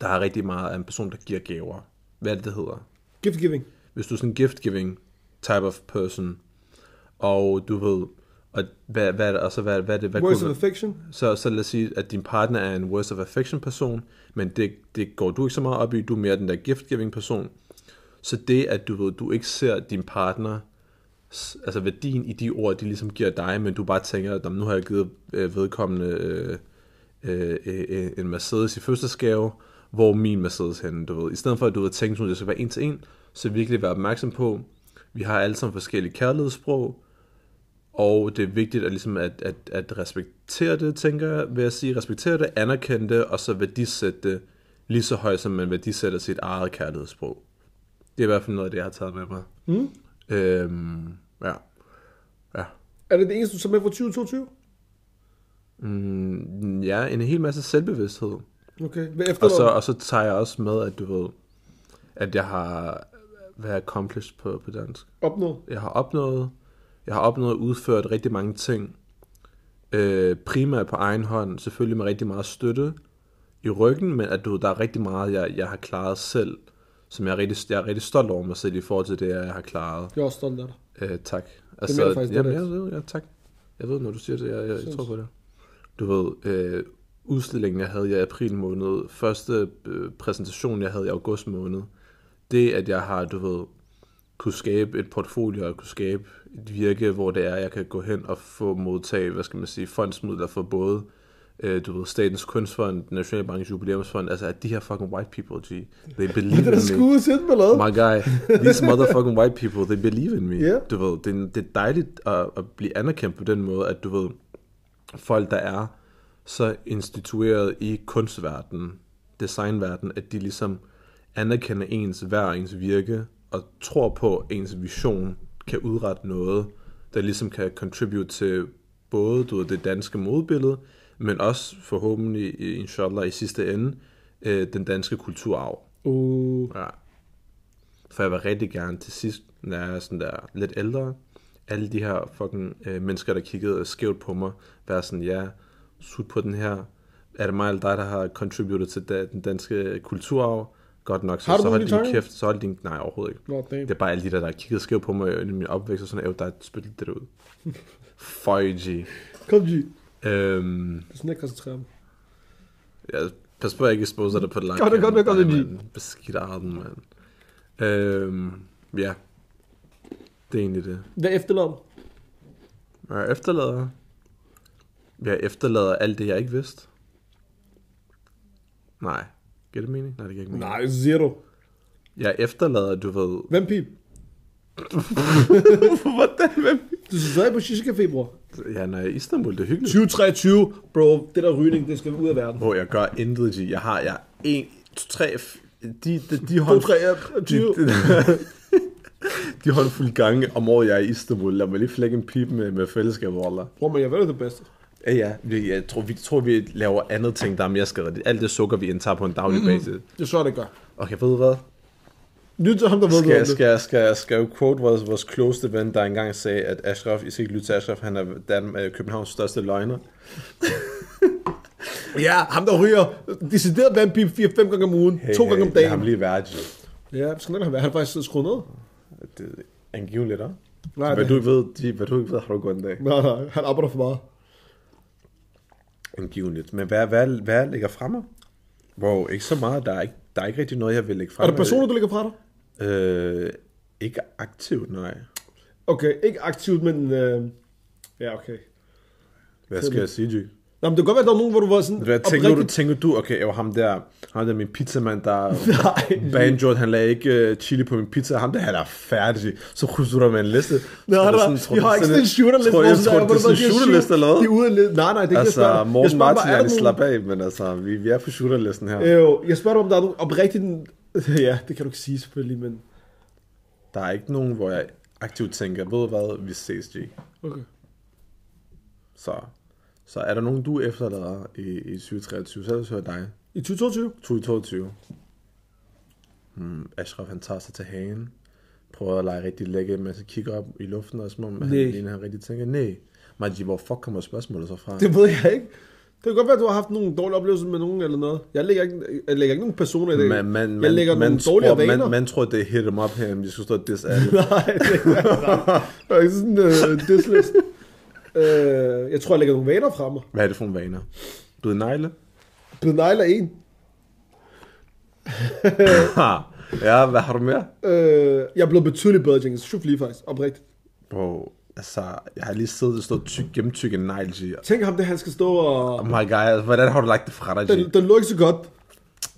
Speaker 2: der har rigtig meget af en person, der giver gaver. Hvad er det, det hedder?
Speaker 1: Gift giving.
Speaker 2: hvis du er sådan en gift-giving type of person, og du ved, og hvad, hvad, er det- og så hvad, hvad er det, hvad
Speaker 1: Words
Speaker 2: kunne
Speaker 1: of
Speaker 2: være-
Speaker 1: affection.
Speaker 2: så, så lad os sige, at din partner er en words of affection person, men det, det går du ikke så meget op i, du er mere den der gift-giving person. Så det, at du ved, du ikke ser din partner, s- altså værdien i de ord, de ligesom giver dig, men du bare tænker, at nu har jeg givet øh, vedkommende øh, øh, øh, en Mercedes i fødselsgave, hvor er min Mercedes henne, du ved. I stedet for, at du ved, tænke, sådan, at det skal være en til en, så virkelig være opmærksom på, vi har alle sammen forskellige kærlighedssprog, og det er vigtigt at, ligesom at, at, at respektere det, tænker jeg, vil jeg sige. Respektere det, anerkende det, og så værdisætte det lige så højt, som man værdisætter sit eget kærlighedssprog. Det er i hvert fald noget af det, jeg har taget med mig. Mm. Øhm, ja. ja.
Speaker 1: Er det det eneste, du tager med fra 2022?
Speaker 2: Mm, ja, en hel masse selvbevidsthed.
Speaker 1: Okay. Hvad efter
Speaker 2: Og så, og så tager jeg også med, at du ved, at jeg har været accomplished på, på dansk.
Speaker 1: opnået?
Speaker 2: Jeg har opnået, jeg har opnået og udført rigtig mange ting. Øh, primært på egen hånd, selvfølgelig med rigtig meget støtte i ryggen, men at du, ved, der er rigtig meget, jeg, jeg har klaret selv, som jeg er, rigtig, jeg er rigtig stolt over mig selv i forhold til det, jeg har klaret.
Speaker 1: Jeg er også stolt af dig.
Speaker 2: Øh, tak.
Speaker 1: mener jeg faktisk, det er
Speaker 2: jamen, jeg
Speaker 1: det.
Speaker 2: ved, ja, tak. Jeg ved, når du siger det, jeg, jeg, jeg tror på det. Du ved, øh, udstillingen, jeg havde i april måned, første øh, præsentation, jeg havde i august måned, det, at jeg har, du ved, kunne skabe et portfolio og kunne skabe et virke, hvor det er, jeg kan gå hen og få modtage, hvad skal man sige, fondsmidler for både, øh, du ved, Statens Kunstfond, Nationalbankens Jubilæumsfond, altså at de her fucking white people, de, they
Speaker 1: Det
Speaker 2: believe
Speaker 1: er da
Speaker 2: in me.
Speaker 1: skudt til med lavet.
Speaker 2: My guy, these motherfucking white people, they believe in me.
Speaker 1: Ja.
Speaker 2: Du ved, det, er- det er dejligt at, at blive anerkendt på den måde, at du ved, folk der er så institueret i kunstverdenen, designverdenen, at de ligesom anerkender ens værd og ens virke, og tror på, at ens vision kan udrette noget, der ligesom kan contribute til både du ved, det danske modbillede, men også forhåbentlig, inshallah, i sidste ende, øh, den danske kulturarv.
Speaker 1: Uh,
Speaker 2: Ja. For jeg vil rigtig gerne til sidst, når jeg er sådan der lidt ældre, alle de her fucking øh, mennesker, der kiggede skævt på mig, være sådan, ja, sut på den her. Er det mig eller dig, der har contributed til da, den danske kulturarv? Godt nok, så,
Speaker 1: Har du
Speaker 2: så
Speaker 1: nogen
Speaker 2: hold
Speaker 1: i
Speaker 2: din
Speaker 1: tanke?
Speaker 2: kæft, så hold din... Nej, overhovedet ikke.
Speaker 1: Nå, damn.
Speaker 2: Det er bare alle de der, der har kigget skævt på mig i min opvækst, og sådan, æv, der er spillet det ud. Føj, G.
Speaker 1: Kom, G.
Speaker 2: Øhm,
Speaker 1: Det er sådan, jeg koncentrerer mig.
Speaker 2: jeg pas på, at jeg ikke exposer dig på det langt.
Speaker 1: Godt, godt, godt, godt,
Speaker 2: Nej,
Speaker 1: Emil.
Speaker 2: mand. Beskidt arden, mand. Øhm, ja. Det er egentlig det.
Speaker 1: Hvad efterlader du?
Speaker 2: Og jeg efterlader... Jeg efterlader alt det, jeg ikke vidste. Nej. Giver det mening? Nej, det giver ikke mening.
Speaker 1: Nej, zero.
Speaker 2: Jeg efterlader, du ved...
Speaker 1: Hvem pip?
Speaker 2: Hvordan? Hvem?
Speaker 1: Du sidder stadig på Shisha Café, bror.
Speaker 2: Ja, når jeg er i Istanbul, det er hyggeligt.
Speaker 1: 2023, bro. Det der rygning, det skal ud af verden.
Speaker 2: Hvor jeg gør intet, G. Jeg har... Jeg har en, to, tre... f- De, de, de
Speaker 1: To,
Speaker 2: hånd...
Speaker 1: tre, ja, 20.
Speaker 2: de, de, de håndfulde gange om året, jeg er i Istanbul. Lad mig lige flække en pip med, med fællesskab, Walla.
Speaker 1: Bror, men jeg ved det bedste.
Speaker 2: Ja, ja. Vi, jeg tror, vi tror, vi laver andet ting, der er mere skadeligt. Alt det sukker, vi indtager på en daglig basis.
Speaker 1: Det er så, det gør.
Speaker 2: Okay, Mm-hmm. ved du hvad?
Speaker 1: Lyt til ham, der ved
Speaker 2: Skal,
Speaker 1: det.
Speaker 2: jeg- skal, jeg- skal, jeg- skal jeg quote vores, vores klogeste ven, der engang sagde, at Ashraf, I skal ikke lytte til Ashraf, han er Dan, øh, Københavns største løgner.
Speaker 1: Ja, ham der ryger decideret vandpip 4-5 gange om ugen, hey, to gange om
Speaker 2: Det er
Speaker 1: dagen.
Speaker 2: ham lige værd, jo.
Speaker 1: Ja, skal nok have været. Han er faktisk skruet ned.
Speaker 2: Det er angiveligt, hva'?
Speaker 1: Nej,
Speaker 2: Hvad
Speaker 1: det-
Speaker 2: du ikke ved, de, hvad du ikke ved, har du gået en dag.
Speaker 1: Nej, nej, han arbejder for meget.
Speaker 2: Angiveligt. Men hvad, hvad, hvad ligger fremme? Wow, ikke så meget. Der er ikke, der er ikke rigtig noget, jeg vil lægge frem.
Speaker 1: Er det personer, du ligger fra dig?
Speaker 2: Øh, ikke aktivt, nej.
Speaker 1: Okay, ikke aktivt, men... Øh... Ja, okay.
Speaker 2: Hvad skal jeg sige, G?
Speaker 1: Nå, men det kan godt være, at der var nogen, hvor du var sådan...
Speaker 2: Hvad tænker du, tænker du, okay, jeg var ham der, ham der min pizzamand, der
Speaker 1: Nej.
Speaker 2: banjoet, han lagde ikke øh, chili på min pizza, ham der, han er færdig, så krydser du dig med en liste.
Speaker 1: Nej,
Speaker 2: Er
Speaker 1: nej,
Speaker 2: det
Speaker 1: sådan,
Speaker 2: tror
Speaker 1: jeg
Speaker 2: du,
Speaker 1: har ikke
Speaker 2: det-
Speaker 1: sådan en shooterlist.
Speaker 2: Tror,
Speaker 1: hvor
Speaker 2: jeg,
Speaker 1: sådan
Speaker 2: tror,
Speaker 1: der,
Speaker 2: det
Speaker 1: hvor
Speaker 2: er
Speaker 1: bare
Speaker 2: sådan en
Speaker 1: siger,
Speaker 2: shooterlist eller
Speaker 1: De
Speaker 2: hvad?
Speaker 1: er ude af listen. Nej, nej, det kan jeg spørge
Speaker 2: Altså,
Speaker 1: dig. Jeg
Speaker 2: Morten
Speaker 1: spørger bare, Øh.
Speaker 2: Martin,
Speaker 1: er
Speaker 2: han
Speaker 1: der
Speaker 2: slap af, men altså, vi, vi er på shooterlisten her.
Speaker 1: nogen- Jo, jeg spørger dig, om der er nogen oprigtigt... Ja, det kan du ikke sige selvfølgelig, men...
Speaker 2: Der er ikke nogen, hvor jeg aktivt tænker, ved du hvad, vi ses, G.
Speaker 1: Okay.
Speaker 2: Så, så er der nogen, du efterlader i, i 2023, så er det så dig.
Speaker 1: I 2022?
Speaker 2: 2022. Mm, Ashraf han tager sig til hagen, prøver at lege rigtig lækker, men så kigger op i luften, og som om han,
Speaker 1: Nej.
Speaker 2: ligner, han rigtig tænker, nej, Maji, hvor fuck kommer spørgsmålet så fra?
Speaker 1: Det ved jeg ikke. Det kan godt være, at du har haft nogle dårlige oplevelser med nogen eller noget. Jeg lægger ikke, jeg lægger ikke nogen personer i det.
Speaker 2: man, man,
Speaker 1: jeg
Speaker 2: man,
Speaker 1: lægger
Speaker 2: man,
Speaker 1: nogle dårlige
Speaker 2: tror,
Speaker 1: vaner.
Speaker 2: man, man tror, det er hit em up her, men de skulle stå og diss alle.
Speaker 1: Nej, det er ikke sådan en uh, dislist. uh, jeg tror, jeg lægger nogle vaner fra mig.
Speaker 2: Hvad er det for nogle vaner? Bid negle?
Speaker 1: Bid negler en.
Speaker 2: Ha. ja, hvad har du mere?
Speaker 1: Uh, jeg er blevet betydeligt bedre, Jenkins. Sjovt lige faktisk, oprigtigt.
Speaker 2: Bro, altså, jeg har lige siddet og stået tyk, gennemtyk en negl, G.
Speaker 1: Tænk ham, det han skal stå og...
Speaker 2: Oh my god, altså, hvordan har du lagt det fra dig,
Speaker 1: Den,
Speaker 2: G?
Speaker 1: den lå ikke så godt.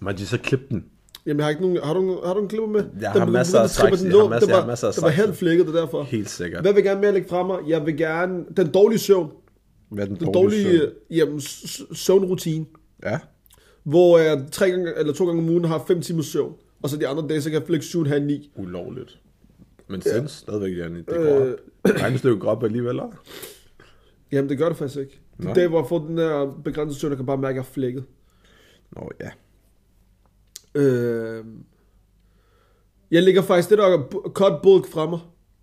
Speaker 2: Maji, så klip den.
Speaker 1: Jamen, jeg har ikke nogen... Har du, nogen- har du en klipper med?
Speaker 2: Jeg har masser af
Speaker 1: strikser.
Speaker 2: strikes.
Speaker 1: Den
Speaker 2: Jeg har
Speaker 1: lå,
Speaker 2: masser-
Speaker 1: den
Speaker 2: jeg har
Speaker 1: var,
Speaker 2: masser af
Speaker 1: den var
Speaker 2: strikes.
Speaker 1: helt flækket, det er derfor.
Speaker 2: Helt sikkert.
Speaker 1: Hvad vil jeg gerne mere lægge fra mig? Jeg vil gerne... Den dårlige søvn.
Speaker 2: Hvad er den
Speaker 1: Den dårlige
Speaker 2: søvn?
Speaker 1: jamen, s- s- søvnrutine.
Speaker 2: Ja.
Speaker 1: Hvor jeg tre gange, eller to gange om ugen har 5 timers søvn. Og så de andre dage, så kan jeg flække 7,5-9.
Speaker 2: ulovligt. Men ja. sinds stadigvæk, Janne. Det går øh. op. Regnestykket går op alligevel, eller?
Speaker 1: Jamen, det gør det faktisk ikke. Det er
Speaker 2: Nej.
Speaker 1: der, hvor jeg får den der begrænsede søvn, jeg kan bare mærke, at jeg er flækket.
Speaker 2: Nå ja.
Speaker 1: Øh, jeg ligger faktisk det der cut bulk fra mig.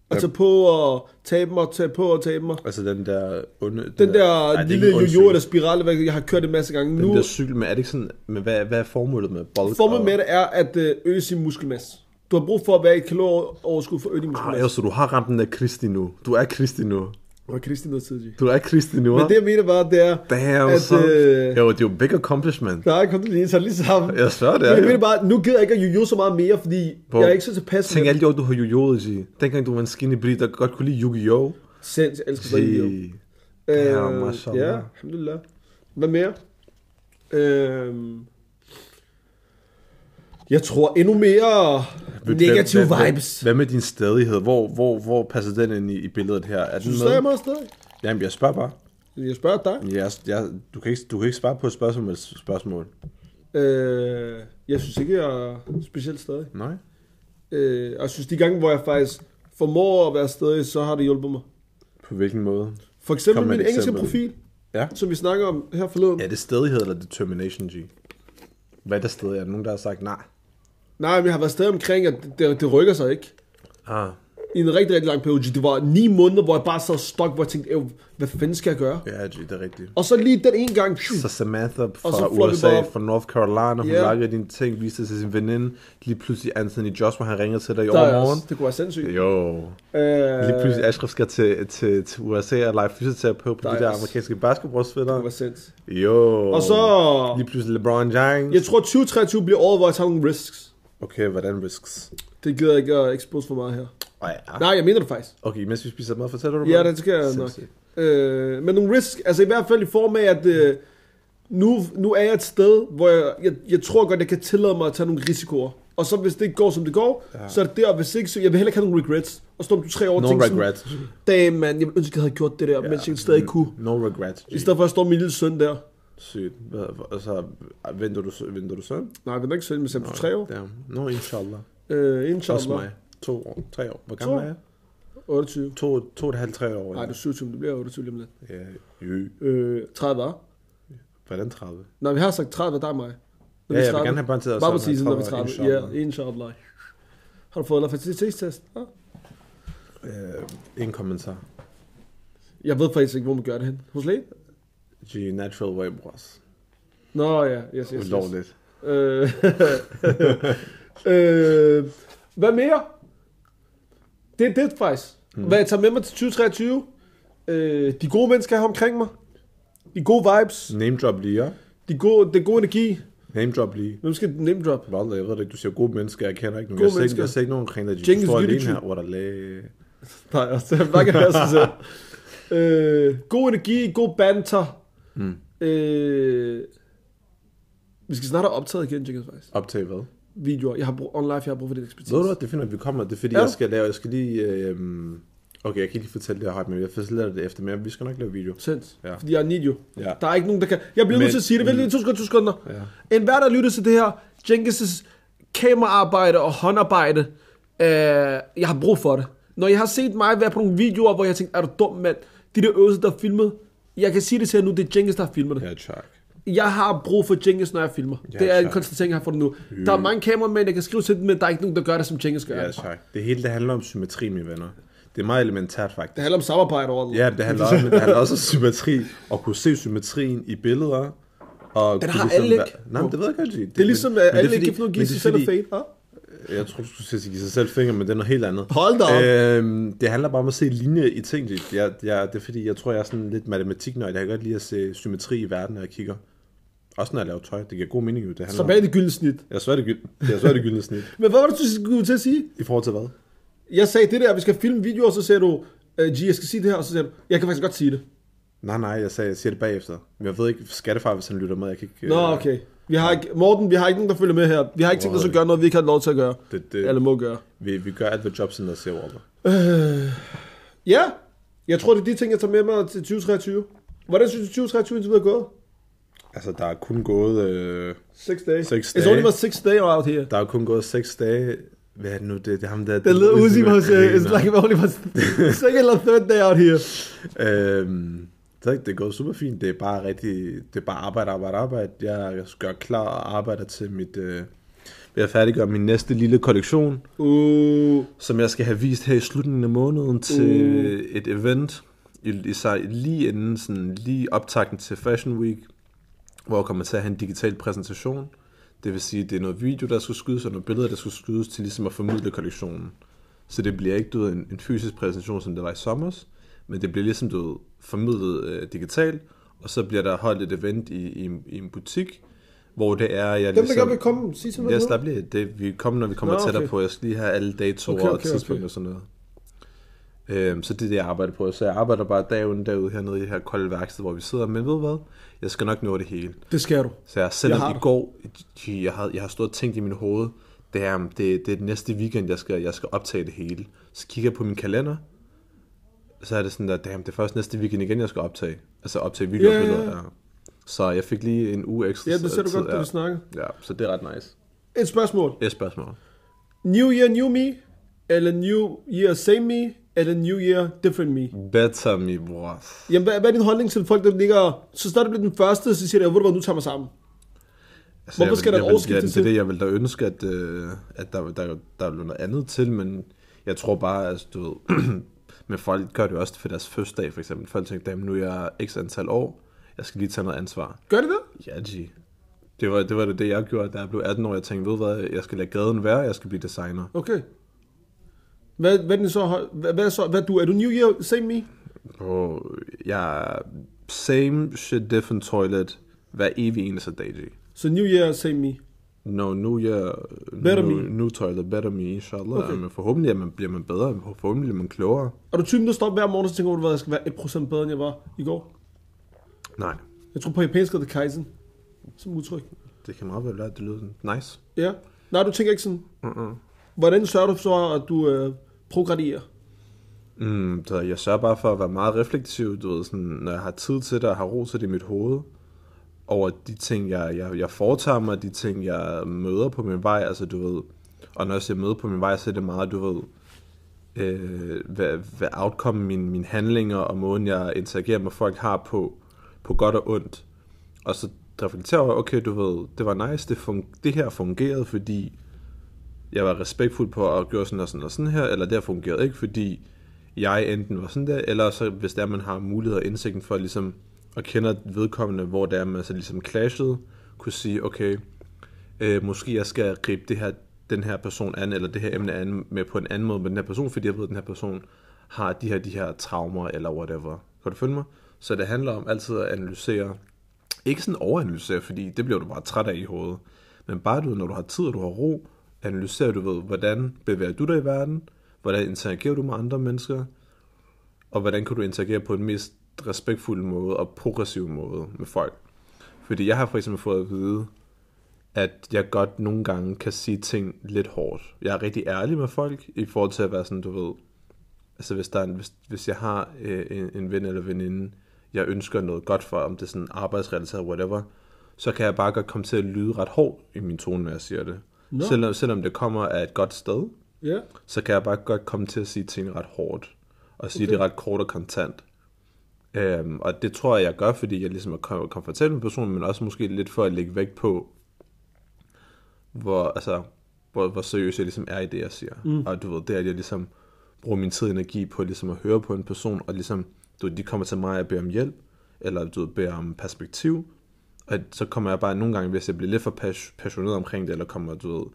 Speaker 1: Og tage på og tabe mig, tage på og tabe mig.
Speaker 2: Altså den der... Onde,
Speaker 1: Den der
Speaker 2: Ej, det er
Speaker 1: lille
Speaker 2: ikke en ond
Speaker 1: jojo
Speaker 2: cykel.
Speaker 1: eller spiral, hvad- jeg har kørt det en masse gange.
Speaker 2: Den
Speaker 1: Nu
Speaker 2: der cykel, men er det ikke sådan... Men hvad, hvad er formålet med bulk?
Speaker 1: formen
Speaker 2: og-
Speaker 1: med det er at øh, øge sin muskelmasse. Du har brug for at være i et kalorieoverskud for at øge din
Speaker 2: Ah,
Speaker 1: muskelmasse.
Speaker 2: altså, du har ramt den der Kristi nu. Du er Kristi nu.
Speaker 1: Og Kristi noget tidligt.
Speaker 2: Du er Kristi nu,
Speaker 1: Men det jeg mener bare, det er,
Speaker 2: Damn,
Speaker 1: at,
Speaker 2: så...
Speaker 1: øh,
Speaker 2: Jo, det er jo big accomplishment.
Speaker 1: nej, kom lige, så lige sammen.
Speaker 2: Jeg svær, det
Speaker 1: Men jeg
Speaker 2: er
Speaker 1: mener
Speaker 2: jo.
Speaker 1: bare, nu gider jeg ikke at jojo så meget mere, fordi
Speaker 2: Bro,
Speaker 1: jeg er ikke så tilpas med
Speaker 2: Tænk
Speaker 1: det.
Speaker 2: alle de år, du har jojoet i. Dengang du var en skinny brie, der godt kunne lide Yu-Gi-Oh!
Speaker 1: Sinds, jeg elsker stadig jojo.
Speaker 2: Se. Ja,
Speaker 1: Øh,
Speaker 2: mashallah.
Speaker 1: ja, alhamdulillah. Hvad mere? Øh, jeg tror endnu mere
Speaker 2: Hvad-
Speaker 1: negative
Speaker 2: hvad- hvad-
Speaker 1: vibes.
Speaker 2: Hvad med din stadighed? Hvor, hvor, hvor passer den ind i, i billedet her? Er den
Speaker 1: Du stadig
Speaker 2: med?
Speaker 1: meget stadig.
Speaker 2: Jamen, jeg spørger bare.
Speaker 1: Jeg spørger dig.
Speaker 2: Jeg, jeg, du, kan ikke, du kan ikke svare på et spørgsmål med et spørgsmål.
Speaker 1: Øh, jeg synes ikke, jeg er specielt stadig.
Speaker 2: Nej.
Speaker 1: Øh, og jeg synes, de gange, hvor jeg faktisk formår at være stadig, så har det hjulpet mig.
Speaker 2: På hvilken måde?
Speaker 1: For eksempel
Speaker 2: Kom med
Speaker 1: min
Speaker 2: et
Speaker 1: engelske
Speaker 2: eksempel.
Speaker 1: profil,
Speaker 2: Ja.
Speaker 1: som vi snakker om her forleden.
Speaker 2: Er det stadighed eller determination, G? Hvad er der stadig? Er der nogen, der har sagt nej?
Speaker 1: Nej, men jeg har været stadig omkring, at det, det, det rykker sig ikke.
Speaker 2: Ah.
Speaker 1: I en rigtig, rigtig lang periode. Det var ni måneder, hvor jeg bare sad stok, hvor jeg tænkte, "Øv, hvad fanden skal jeg gøre?
Speaker 2: Ja, G, det er rigtigt.
Speaker 1: Og så lige den ene gang, phew,
Speaker 2: Så Samantha
Speaker 1: Hmm. Og så
Speaker 2: fra
Speaker 1: flår vi
Speaker 2: USA,
Speaker 1: bare op.
Speaker 2: fra North Carolina, hun
Speaker 1: Ja.
Speaker 2: yeah. dine ting, viste det til sin veninde. Lige pludselig Anthony Joshua, han ringede til dig i
Speaker 1: der er også,
Speaker 2: overmorgen.
Speaker 1: det kunne være sindssygt.
Speaker 2: Jo.
Speaker 1: Øh,
Speaker 2: Lige pludselig Ashraf skal til, til, til USA og lege fysioterapeut på
Speaker 1: Der
Speaker 2: de
Speaker 1: er
Speaker 2: der
Speaker 1: også-
Speaker 2: amerikanske
Speaker 1: det
Speaker 2: basketballspillere.
Speaker 1: kunne være sindssygt.
Speaker 2: Jo.
Speaker 1: Og så,
Speaker 2: Lige pludselig LeBron James.
Speaker 1: jeg tror 2023 bliver året, hvor jeg tager nogle risks.
Speaker 2: Okay, hvordan risks?
Speaker 1: Det gider jeg ikke at expose for meget her.
Speaker 2: Oh, ja.
Speaker 1: Nej, jeg mener det faktisk.
Speaker 2: Okay, mens vi spiser mad, fortæller du
Speaker 1: Ja, det skal jeg nok.
Speaker 2: Sindssygt.
Speaker 1: Øh, men nogle risk, altså i hvert fald i form af, at øh, nu, nu er jeg et sted, hvor jeg, jeg, jeg tror godt, jeg kan tillade mig at tage nogle risikoer. Og så hvis det ikke går, som det går, ja. så er det der, og hvis ikke, så jeg vil heller ikke have nogle regrets. Og stå om du tre år og
Speaker 2: No
Speaker 1: tænke sådan,
Speaker 2: regrets.
Speaker 1: damn man, jeg ville ønske, jeg havde gjort det der, ja. mens jeg stadig kunne.
Speaker 2: No regrets.
Speaker 1: I stedet for at stå med min lille søn der.
Speaker 2: Sygt. Hvad- hvad- Altså, venter du, så- venter du søn?
Speaker 1: Nej, jeg vil ikke søn, men jeg er tre år.
Speaker 2: Ja. Nå, inshallah.
Speaker 1: Øh,
Speaker 2: Også
Speaker 1: inshallah.
Speaker 2: mig. To år. Tre år. Hvor
Speaker 1: To
Speaker 2: gammel
Speaker 1: år?
Speaker 2: er jeg?
Speaker 1: 28.
Speaker 2: To, to og et halvt, tre år.
Speaker 1: Nej, du er 27, det bliver 28 lige om lidt.
Speaker 2: Ja, jo.
Speaker 1: Øh, 30 var.
Speaker 2: Hvordan 30?
Speaker 1: Nej, vi har sagt 30, der er mig. Når
Speaker 2: Ja,
Speaker 1: vi er
Speaker 2: jeg vil
Speaker 1: 30.
Speaker 2: gerne have børn til at
Speaker 1: Bare
Speaker 2: sammen,
Speaker 1: præcis,
Speaker 2: jeg
Speaker 1: når vi er
Speaker 2: tror,
Speaker 1: 30.
Speaker 2: inshallah.
Speaker 1: Ja, inshallah. Har du fået lavet fertilitetstest? Ja.
Speaker 2: Øh, ingen kommentar.
Speaker 1: Jeg ved faktisk ikke, hvor man gør det hen. Hos lægen?
Speaker 2: G, natural way, bros.
Speaker 1: Nå ja, yes, yes, yes.
Speaker 2: Ulovligt.
Speaker 1: Øh, øh, hvad mere? Det er det faktisk. Mm. Hvad jeg tager med mig til 2023? Øh, de gode mennesker jeg har omkring mig. De gode vibes.
Speaker 2: Name drop lige, ja.
Speaker 1: De gode, den gode energi.
Speaker 2: Name drop lige.
Speaker 1: Hvem skal den name drop?
Speaker 2: Wallah, jeg ved det ikke. Du siger gode mennesker. Jeg kender ikke nogen.
Speaker 1: Gode
Speaker 2: jeg, ser ikke,
Speaker 1: mennesker.
Speaker 2: jeg ser ikke nogen omkring dig. G. Du
Speaker 1: Genghis
Speaker 2: står alene
Speaker 1: Lyttetyv.
Speaker 2: her. Wallah.
Speaker 1: Nej, altså, jeg bare kan høre sig selv. Øh, god energi, god banter. Mm. Øh, vi skal snart have optaget igen, Jenkins, faktisk.
Speaker 2: Op til hvad?
Speaker 1: Videoer. Jeg har brug, on live, jeg har brug for din ekspertise.
Speaker 2: Ved du hvad, det finder vi kommer. Det er fordi,
Speaker 1: Ja.
Speaker 2: jeg skal lave, jeg skal lige... Øh, okay, jeg kan ikke lige fortælle det her højt, men jeg fortæller det efter, men vi skal nok lave video.
Speaker 1: Sinds.
Speaker 2: Ja.
Speaker 1: Ja. Fordi jeg er need you.
Speaker 2: Ja.
Speaker 1: Der er ikke nogen, der kan... Jeg bliver nødt
Speaker 2: Men-
Speaker 1: til at sige det. Vent lige, to sekunder, to sekunder. Ja. En hver, der lytter til det her, Jenkins' kameraarbejde og håndarbejde, øh, jeg har brug for det. Når jeg har set mig være på nogle videoer, hvor jeg tænkte, er du dum, mand? De der øvelser, der er filmet, jeg kan sige det til jer nu, det er Jenkins, der har filmet det.
Speaker 2: Ja, tak.
Speaker 1: Jeg har brug for Jenkins, når jeg filmer.
Speaker 2: Ja, Mm.
Speaker 1: det er en
Speaker 2: tak.
Speaker 1: konstatering, jeg har fået nu. Der er mange kameramænd, jeg kan skrive til dem, men der er ikke nogen, der gør det, som Jenkins gør.
Speaker 2: Ja,
Speaker 1: det
Speaker 2: tak. Det hele, det handler om symmetri, mine venner. Det er meget elementært, faktisk.
Speaker 1: handler om samarbejde over
Speaker 2: Ja, det handler, også, men det handler også om symmetri. Og kunne se symmetrien i billeder. Og
Speaker 1: Den
Speaker 2: kunne
Speaker 1: har
Speaker 2: ligesom
Speaker 1: alle
Speaker 2: være-
Speaker 1: ikke.
Speaker 2: Nej, men det ved jeg godt, G.
Speaker 1: Det er ligesom, at
Speaker 2: men det er
Speaker 1: alle
Speaker 2: fordi-
Speaker 1: ikke kan
Speaker 2: men
Speaker 1: give
Speaker 2: det er
Speaker 1: sig selv
Speaker 2: fordi-
Speaker 1: et fade. hva'?
Speaker 2: Jeg tror, du skulle til at give sig selv fingre, men det er noget helt andet.
Speaker 1: Hold da op.
Speaker 2: Øhm, det handler bare om at se linje i ting. Dit. Jeg, jeg, det er fordi, jeg tror, jeg er sådan lidt matematiknøjt. Jeg kan godt lide at se symmetri i verden, når jeg kigger. Også når jeg laver tøj. Det giver god mening jo. Det handler
Speaker 1: Så bag det gyldne snit.
Speaker 2: om. Jeg svær det gyld. Jeg svær det gyldne snit.
Speaker 1: Men hvad var det, du skulle til at sige?
Speaker 2: I forhold til hvad?
Speaker 1: Jeg sagde det der, vi skal filme videoer, og så sagde du, øh, G, jeg skal sige det her, og så sagde du, jeg kan faktisk godt sige det.
Speaker 2: Nej, nej, jeg, sagde, jeg siger det bagefter. Men jeg ved ikke, skattefar, hvis han lytter med, jeg kan ikke...
Speaker 1: Nå,
Speaker 2: øh,
Speaker 1: okay. Vi har ikke, Morten, vi har ikke nogen, der følger med her. Vi har ikke tænkt os at gøre noget, vi ikke har lov til at gøre.
Speaker 2: Det,
Speaker 1: Eller
Speaker 2: det,
Speaker 1: må gøre.
Speaker 2: vi, vi gør alt, hvad jobcenter siger, Walter.
Speaker 1: Ja, jeg tror, det er de ting, jeg tager med mig til 2023. Hvordan synes du, 2023 indtil videre er gået?
Speaker 2: Altså, der er kun gået... Øh,
Speaker 1: Six days.
Speaker 2: Six
Speaker 1: It's
Speaker 2: dage.
Speaker 1: only my six day out here.
Speaker 2: der er kun gået seks dage... Hvad er det nu? Det, det er ham der...
Speaker 1: Det lyder
Speaker 2: Uzi,
Speaker 1: udsigt hos,
Speaker 2: der
Speaker 1: uh, it's
Speaker 2: griner.
Speaker 1: like only my second or third day out here.
Speaker 2: Øhm, Det, er ikke- det er gået super fint. Det er bare rigtig, det er bare arbejde, arbejde, arbejde. Jeg, jeg skal gøre klar og arbejder til mit... Øh, ved at færdiggøre min næste lille kollektion,
Speaker 1: Uh,
Speaker 2: som jeg skal have vist her i slutningen af måneden til
Speaker 1: Mm.
Speaker 2: uh. et event, i, i, sig- lige inden sådan, lige optakten til Fashion Week, hvor jeg kommer til at have en digital præsentation. Det vil sige, at det er noget video, der skal skydes, og nogle billeder, der skal skydes til ligesom at formidle kollektionen. Så det bliver ikke du ved, en, en fysisk præsentation, som det var i sommer, men det bliver ligesom du ved, formidlet øh, digitalt, og så bliver der holdt et event i, i, en- i en butik, hvor det er, jeg ligesom
Speaker 1: dem, der gerne vil komme, sig til mig.
Speaker 2: Ja, slap lige. Det, vi kommer, når vi kommer
Speaker 1: Nå,
Speaker 2: Nå, okay. tættere
Speaker 1: okay.
Speaker 2: på. Jeg skal lige have alle datoer
Speaker 1: Okay,
Speaker 2: okay, okay, og
Speaker 1: okay,
Speaker 2: tidspunkter
Speaker 1: okay.
Speaker 2: og sådan noget. Øhm, så det er det, jeg arbejder på. Så jeg arbejder bare dag ud derude hernede i det her kolde værksted, hvor vi sidder. Men ved du hvad? Jeg skal nok nå det hele.
Speaker 1: Det skal du.
Speaker 2: Så jeg selv
Speaker 1: Jeg har
Speaker 2: i
Speaker 1: det.
Speaker 2: går, jeg har, jeg har stået og tænkt i min hoved, det er, um, det, det er den næste weekend, jeg skal, jeg skal optage det hele. Så kigger jeg på min kalender, så er det sådan der, damn, det er først næste weekend igen, jeg skal optage. Altså optage
Speaker 1: Ja, ja,
Speaker 2: videobilleder.
Speaker 1: ja.
Speaker 2: Yeah, yeah. Så jeg fik lige en uge ekstra
Speaker 1: Ja, det ser du
Speaker 2: tid,
Speaker 1: godt, da
Speaker 2: ja.
Speaker 1: vi snakker.
Speaker 2: Ja, så det er ret nice.
Speaker 1: Et spørgsmål.
Speaker 2: Et spørgsmål.
Speaker 1: New Year, New Me? Eller New Year, Same Me? Eller New Year, Different Me?
Speaker 2: Better me, bror.
Speaker 1: Jamen, hvad, hvad er din holdning til folk, der ligger... Så snart det bliver den første, så siger de, hvor du hvad, nu tager mig sammen.
Speaker 2: Altså,
Speaker 1: Hvorfor skal der et
Speaker 2: jeg, vil- jeg, vil-
Speaker 1: årsskifte
Speaker 2: ja, det er
Speaker 1: til?
Speaker 2: det, jeg ville da ønske, at, øh, at der, der, der blev noget andet til, men jeg tror bare, at altså, du ved, men folk gør det jo også for deres første dag, for eksempel. Folk tænker, damn, nu er jeg x antal år, jeg skal lige tage noget ansvar.
Speaker 1: Gør det det?
Speaker 2: Ja, G. Det var, det var det, det, jeg gjorde, da jeg blev 18 år. Jeg tænkte, ved du hvad, jeg skal lade gaden være, jeg skal blive designer.
Speaker 1: Okay. Hvad, hvad, er din så, hold- hvad, hvad, er så, hvad er du? Er du New Year, Same Me?
Speaker 2: Og jeg er same shit, different toilet, hver evig eneste dag, G.
Speaker 1: Så New Year, Same Me.
Speaker 2: No, nu er jeg...
Speaker 1: Better
Speaker 2: nu,
Speaker 1: me.
Speaker 2: Nu toilet better me, inshallah.
Speaker 1: Okay.
Speaker 2: Okay. Men forhåbentlig er man, bliver man bedre, forhåbentlig bliver man klogere.
Speaker 1: Er du typen, der står op hver morgen og så tænker, "Ved du hvad, jeg skal være 1% bedre, end jeg var i går?
Speaker 2: Nej,
Speaker 1: Jeg tror på japansk hedder det kaizen. Som udtryk.
Speaker 2: det kan meget vel være, at det lyder sådan nice.
Speaker 1: Ja. Nej, du tænker ikke sådan.
Speaker 2: Mm-mm.
Speaker 1: Hvordan sørger du så, at du øh, progradierer?
Speaker 2: Mm, så jeg sørger bare for at være meget reflektiv, du ved, sådan, når jeg har tid til det og har ro til det i mit hoved, over de ting, jeg, jeg, jeg foretager mig, de ting, jeg møder på min vej, altså du ved, og når jeg siger møder på min vej, så er det meget, du ved, øh, hvad, hvad outcome mine, mine handlinger og måden, jeg interagerer med folk har på, på godt og ondt. Og så reflekterer jeg, over, okay, du ved, det var nice, det, fun- det her fungerede, fordi jeg var respektfuld på at gøre sådan og sådan og sådan her, eller det her fungerede ikke, fordi jeg enten var sådan der, eller så hvis der man har mulighed og indsigten for ligesom at kende vedkommende, hvor der man så ligesom clashede, kunne sige, okay, øh, måske jeg skal gribe det her, den her person an, eller det her emne an med på en anden måde med den her person, fordi jeg ved, at den her person har de her, de her traumer, eller whatever. Kan du følge mig? Så det handler om altid at analysere, ikke sådan overanalysere, fordi det bliver du bare træt af i hovedet, men bare du, ved, når du har tid og du har ro, analyserer du ved, hvordan bevæger du dig i verden, hvordan interagerer du med andre mennesker, og hvordan kan du interagere på en mest respektfuld måde og progressiv måde med folk. Fordi jeg har for eksempel fået at vide, at jeg godt nogle gange kan sige ting lidt hårdt. Jeg er rigtig ærlig med folk i forhold til at være sådan, du ved, altså hvis, der er en, hvis, hvis jeg har øh, en, en ven eller veninde, jeg ønsker noget godt for, om det er sådan arbejdsrelateret, whatever, så kan jeg bare godt komme til at lyde ret hård i min tone, når jeg siger det.
Speaker 1: Nå.
Speaker 2: Selvom, selvom det kommer af et godt sted,
Speaker 1: Ja.
Speaker 2: så kan jeg bare godt komme til at sige ting ret hårdt, og sige okay. det ret kort og kontant. Øhm, og det tror jeg, jeg gør, fordi jeg ligesom er kom- komfortabel med personen, men også måske lidt for at lægge vægt på, hvor, altså, hvor, hvor seriøs jeg ligesom er i det, jeg siger. Mm. Og du ved, det er, at jeg ligesom bruger min tid og energi på ligesom at høre på en person, og ligesom, du ved, de kommer til mig og beder om hjælp, eller du ved, beder om perspektiv, og så kommer jeg bare nogle gange, hvis jeg bliver lidt for pas- passioneret omkring det, eller kommer, du ved,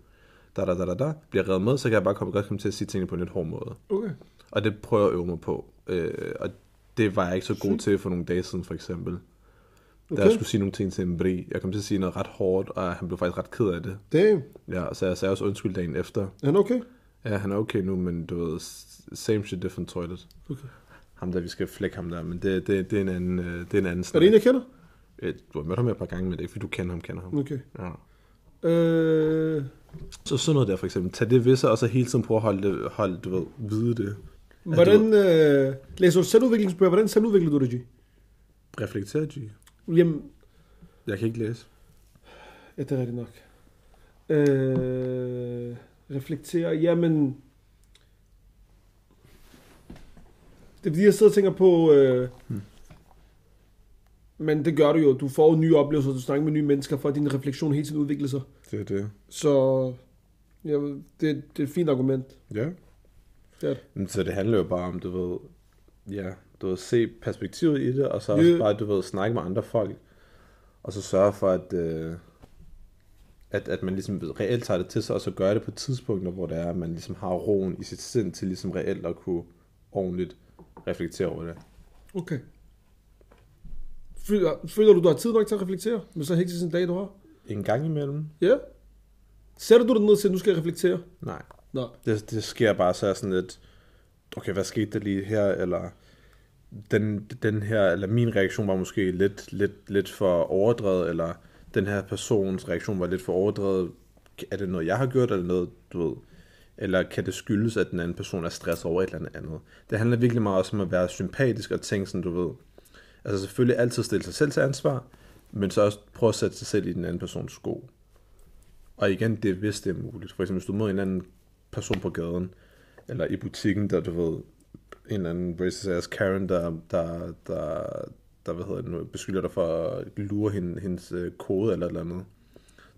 Speaker 2: da, da, da, da, da, bliver reddet med, så kan jeg bare komme, godt komme til at sige tingene på en lidt hård måde.
Speaker 1: Okay.
Speaker 2: Og det prøver jeg at øve mig på. Øh, og det var jeg ikke så god til for nogle dage siden, for eksempel. Da jeg
Speaker 1: Okay.
Speaker 2: skulle sige nogle ting til en bri. Jeg kom til at sige noget ret hårdt, og han blev faktisk ret ked af det.
Speaker 1: Damn.
Speaker 2: Ja, så jeg sagde også undskyld dagen efter.
Speaker 1: Er han okay?
Speaker 2: Ja, han er okay nu, men du ved, s- same shit, different toilet.
Speaker 1: Okay.
Speaker 2: Ham der, vi skal flække ham der, men det, det, det er en anden, øh, det er en anden
Speaker 1: Er
Speaker 2: snak.
Speaker 1: det en, jeg kender?
Speaker 2: Øh, Du har mødt ham et par gange, men det er ikke, fordi du kender ham, kender ham.
Speaker 1: Okay.
Speaker 2: Ja.
Speaker 1: Øh,
Speaker 2: Så sådan noget der, for eksempel. Tag det ved sig, og så hele tiden prøve at holde, det- holde du ved, vide det.
Speaker 1: hvordan øh, læser du selvudviklingsbøger? Hvordan selvudvikler du dig, G?
Speaker 2: Reflektere, G.
Speaker 1: Jamen,
Speaker 2: Jeg kan ikke læse.
Speaker 1: ja, det er rigtigt nok. Øh, reflekterer, jamen... Det er fordi, jeg sidder og tænker på... Øh, Men det gør du jo. Du får jo nye oplevelser, du snakker med nye mennesker, for at din refleksion hele tiden udvikler sig.
Speaker 2: Det er det.
Speaker 1: Så ja, det, det er et fint argument.
Speaker 2: Ja.
Speaker 1: Det er det.
Speaker 2: Men så det handler jo bare om, du ved, ja, du ved, se perspektivet i det, og så
Speaker 1: Ja.
Speaker 2: også bare, du ved, snakke med andre folk, og så sørge for, at, øh, at, at man ligesom reelt tager det til sig, og så gør det på tidspunkter, hvor det er, at man ligesom har roen i sit sind til ligesom reelt at kunne ordentligt reflektere over det.
Speaker 1: Okay. Føler, føler du, du har tid nok til at reflektere? Men så hektisk en dag, du har?
Speaker 2: En gang imellem?
Speaker 1: Ja. Sætter du dig ned og siger, nu skal jeg reflektere?
Speaker 2: Nej.
Speaker 1: Nej.
Speaker 2: Det, det sker bare så er jeg sådan lidt, okay, hvad skete der lige her, eller den, den her, eller min reaktion var måske lidt, lidt, lidt for overdrevet, eller den her persons reaktion var lidt for overdrevet. Er det noget, jeg har gjort, eller noget, du ved? Eller kan det skyldes, at den anden person er stresset over et eller andet andet? Det handler virkelig meget også om at være sympatisk og tænke sådan, du ved. Altså selvfølgelig altid stille sig selv til ansvar, men så også prøve at sætte sig selv i den anden persons sko. Og igen, det er hvis det er muligt. For eksempel, hvis du møder en eller anden person på gaden, eller i butikken, der du ved, en eller anden racist ass Karen, der, der, der, der hvad hedder det nu, beskylder dig for at lure hende, hendes øh, kode eller et eller andet.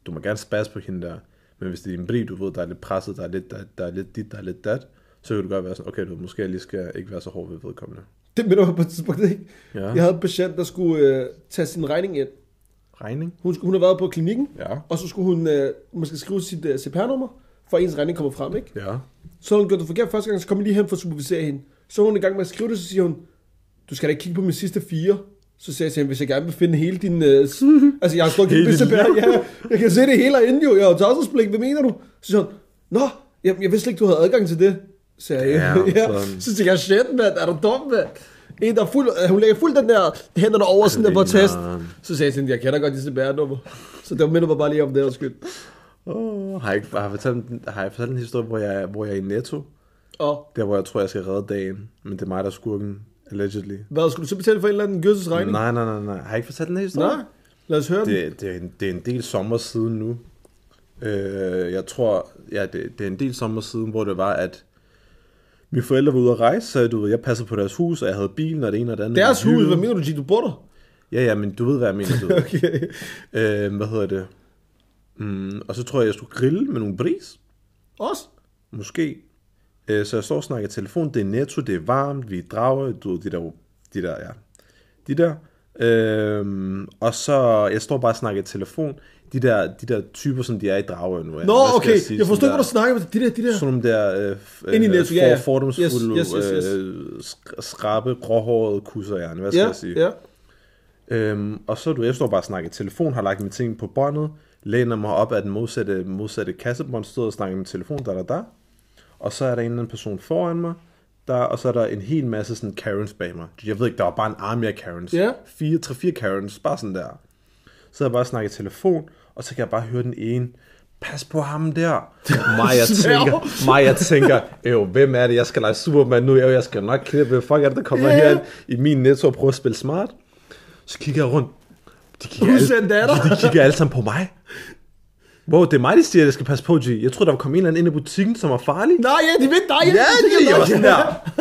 Speaker 2: Du må gerne spasse på hende der, men hvis det er en bri, du ved, der er lidt presset, der er lidt, der, der er lidt dit, der er lidt dat, så kan du godt være sådan, okay, du ved, måske jeg lige skal ikke være så hård ved vedkommende.
Speaker 1: Det minder mig på et tidspunkt, ikke?
Speaker 2: Ja.
Speaker 1: Jeg havde en patient, der skulle øh, tage sin regning ind.
Speaker 2: Regning?
Speaker 1: Hun, skulle, hun havde været på klinikken,
Speaker 2: Ja.
Speaker 1: og så skulle hun øh, måske skrive sit øh, CPR-nummer, for ens regning kommer frem, ikke?
Speaker 2: Ja.
Speaker 1: Så havde hun gjort det forkert første gang, så kom jeg lige hen for at supervisere hende. Så er hun i gang med at skrive det, så siger hun, du skal da ikke kigge på mine sidste fire. Så sagde jeg til hende, hvis jeg gerne vil finde hele din... Øh, s- altså, jeg har slået
Speaker 2: Hele
Speaker 1: hele
Speaker 2: dit
Speaker 1: CPR, ja, jeg kan se det hele herinde jo. Jeg har tavshedspligt, hvad mener du? Så siger hun, nå, jeg, jeg vidste slet ikke, du havde adgang til det. Så jeg,
Speaker 2: Damn,
Speaker 1: ja.
Speaker 2: son.
Speaker 1: Så tænkte jeg, shit, mand, er du dum, mand? En, der er fuld, øh, hun lægger fuld den der hænderne over sådan der på
Speaker 2: Griner.
Speaker 1: test. Så sagde jeg til hende, jeg kender godt de CPR-nummer. Så det minder mig bare lige om det her skyld.
Speaker 2: Oh, har, jeg ikke, har, jeg fortalt, en- har jeg fortalt en historie, hvor jeg, hvor jeg er i Netto?
Speaker 1: Og
Speaker 2: Der, hvor jeg tror, jeg skal redde dagen, men det er mig, der er skurken, allegedly.
Speaker 1: hvad, skulle du så betale for en eller anden gødselsregning?
Speaker 2: Nej, nej, nej, nej. Har jeg ikke fortalt den her historie?
Speaker 1: Nej. Lad os høre den.
Speaker 2: Det, det, er en, det er en del sommer siden nu. Øh, jeg tror, ja, det, det er en del sommer siden, hvor det var, at mine forældre var ude at rejse, så du ved, jeg passede på deres hus, og jeg havde bilen og det ene og det andet.
Speaker 1: Deres
Speaker 2: Jeg
Speaker 1: hus,
Speaker 2: hyggede.
Speaker 1: hvad mener du, G? Du bor der?
Speaker 2: Ja, ja, men du ved, hvad jeg mener, du ved.
Speaker 1: Okay.
Speaker 2: øh, hvad hedder det? Mm, og så tror jeg, jeg skulle grille med nogle bris.
Speaker 1: Os?
Speaker 2: Måske. Øh, så jeg står og snakker i telefon, det er netto, det er varmt, vi drager, du ved, de der, de der, ja, de der. Øhm, og så, jeg står bare og snakker i telefon, de der, de der typer, som de er i drager nu. ja.
Speaker 1: Nå,
Speaker 2: Hvad skal
Speaker 1: okay.
Speaker 2: sige?
Speaker 1: Jeg forstår
Speaker 2: Sådan
Speaker 1: ikke, hvad du snakker om. De der, de der.
Speaker 2: der, Sådan nogle der øh, f-
Speaker 1: Ind i Netto, ja, ja.
Speaker 2: for- fordomsfulde,
Speaker 1: Yes, yes, yes, yes.
Speaker 2: Øh, sk- skrabe, gråhårede kusserhjerne, hvad skal
Speaker 1: Ja,
Speaker 2: jeg sige?
Speaker 1: ja.
Speaker 2: Øhm, og så er du, jeg står bare og snakker i telefon, har lagt mine ting på båndet, læner mig op af den modsatte, modsatte kassebånd, stod og snakker i min telefon, der, der, der. Og så er der en eller anden person foran mig, der, og så er der en hel masse sådan Karens bag mig. Jeg ved ikke, der var bare en army af Karens.
Speaker 1: Ja.
Speaker 2: Fire, tre, fire Karens, bare sådan der. Så jeg bare snakker i telefon, og så kan jeg bare høre den ene, pas på ham der. Mig, jeg tænker, mig, jeg tænker, jo, hvem er det, jeg skal lege Superman nu, Øv, jeg skal nok klippe, hvem fuck er det, der kommer
Speaker 1: Ja.
Speaker 2: yeah. herind i min netto og prøver at spille smart. Så kigger jeg rundt. De kigger,
Speaker 1: Plus en datter.
Speaker 2: de kigger alle sammen på mig. Wow, det er mig, de siger, at jeg skal passe på, G. Jeg troede, der var kommet en eller anden ind i butikken, som var farlig.
Speaker 1: Nej, ja, de ved dig.
Speaker 2: Ja, G. Jeg var sådan der.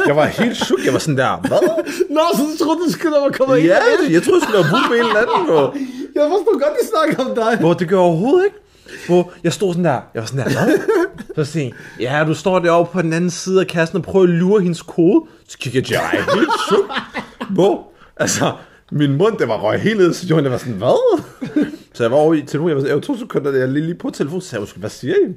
Speaker 2: Jeg var helt chuk. Jeg var sådan der. Hvad?
Speaker 1: Nå, så du troede, du skulle, der var kommet ind.
Speaker 2: Ja, G. jeg troede, jeg skulle være bull med en eller anden, bro.
Speaker 1: Jeg forstår godt, de snakker om dig.
Speaker 2: Hvor det gør jeg overhovedet ikke. Hvor jeg stod sådan der, jeg var sådan der, hvad? Så siger jeg, ja, du står derovre på den anden side af kassen og prøver at lure hendes kode. Så kigger jeg, jeg er helt chuk. Hvor, altså, min mund, det var røg helt ned, så jeg var sådan, hvad? Så jeg var over i telefonen, jeg var sådan, jeg var to sekunder, jeg lige, lige på telefonen, så sagde jeg, "Undskyld, hvad siger I?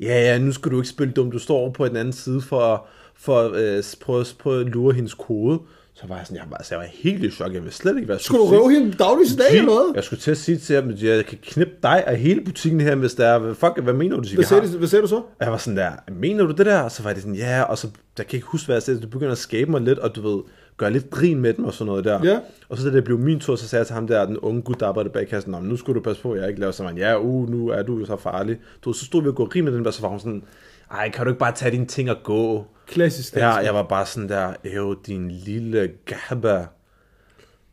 Speaker 2: Ja, ja, nu skal du ikke spille dum, du står over på den anden side for, for øh, prøve, prøve at lure hendes kode. Så var jeg sådan, jeg var, altså, jeg var helt i chok, jeg ville slet ikke være
Speaker 1: Skulle du røve hende daglig dag eller hvad?
Speaker 2: jeg skulle til at sige til ham, at jeg kan knippe dig og hele butikken her, hvis der er... hvad Fuck, hvad mener du, de
Speaker 1: Hvad
Speaker 2: siger,
Speaker 1: sagde,
Speaker 2: vi har?
Speaker 1: de, hvad sagde du så?
Speaker 2: Og jeg var sådan der, mener du det der? Og så var det sådan, ja, og så, jeg kan ikke huske, hvad jeg sagde, du begynder at skabe mig lidt, og du ved, gøre lidt grin med dem og sådan noget der.
Speaker 1: Ja.
Speaker 2: Og så da det blev min tur, så sagde jeg til ham der, den unge gut, der arbejdede bag kassen, "Nå, men nu skulle du passe på, jeg ikke laver så meget, ja, uh, nu er du jo så farlig. Du, ved, så stod vi og gå grin med den der, så var hun sådan, ej, kan du ikke bare tage dine ting og gå?
Speaker 1: Klassisk
Speaker 2: Ja, jeg var bare sådan der, æv, din lille gabba.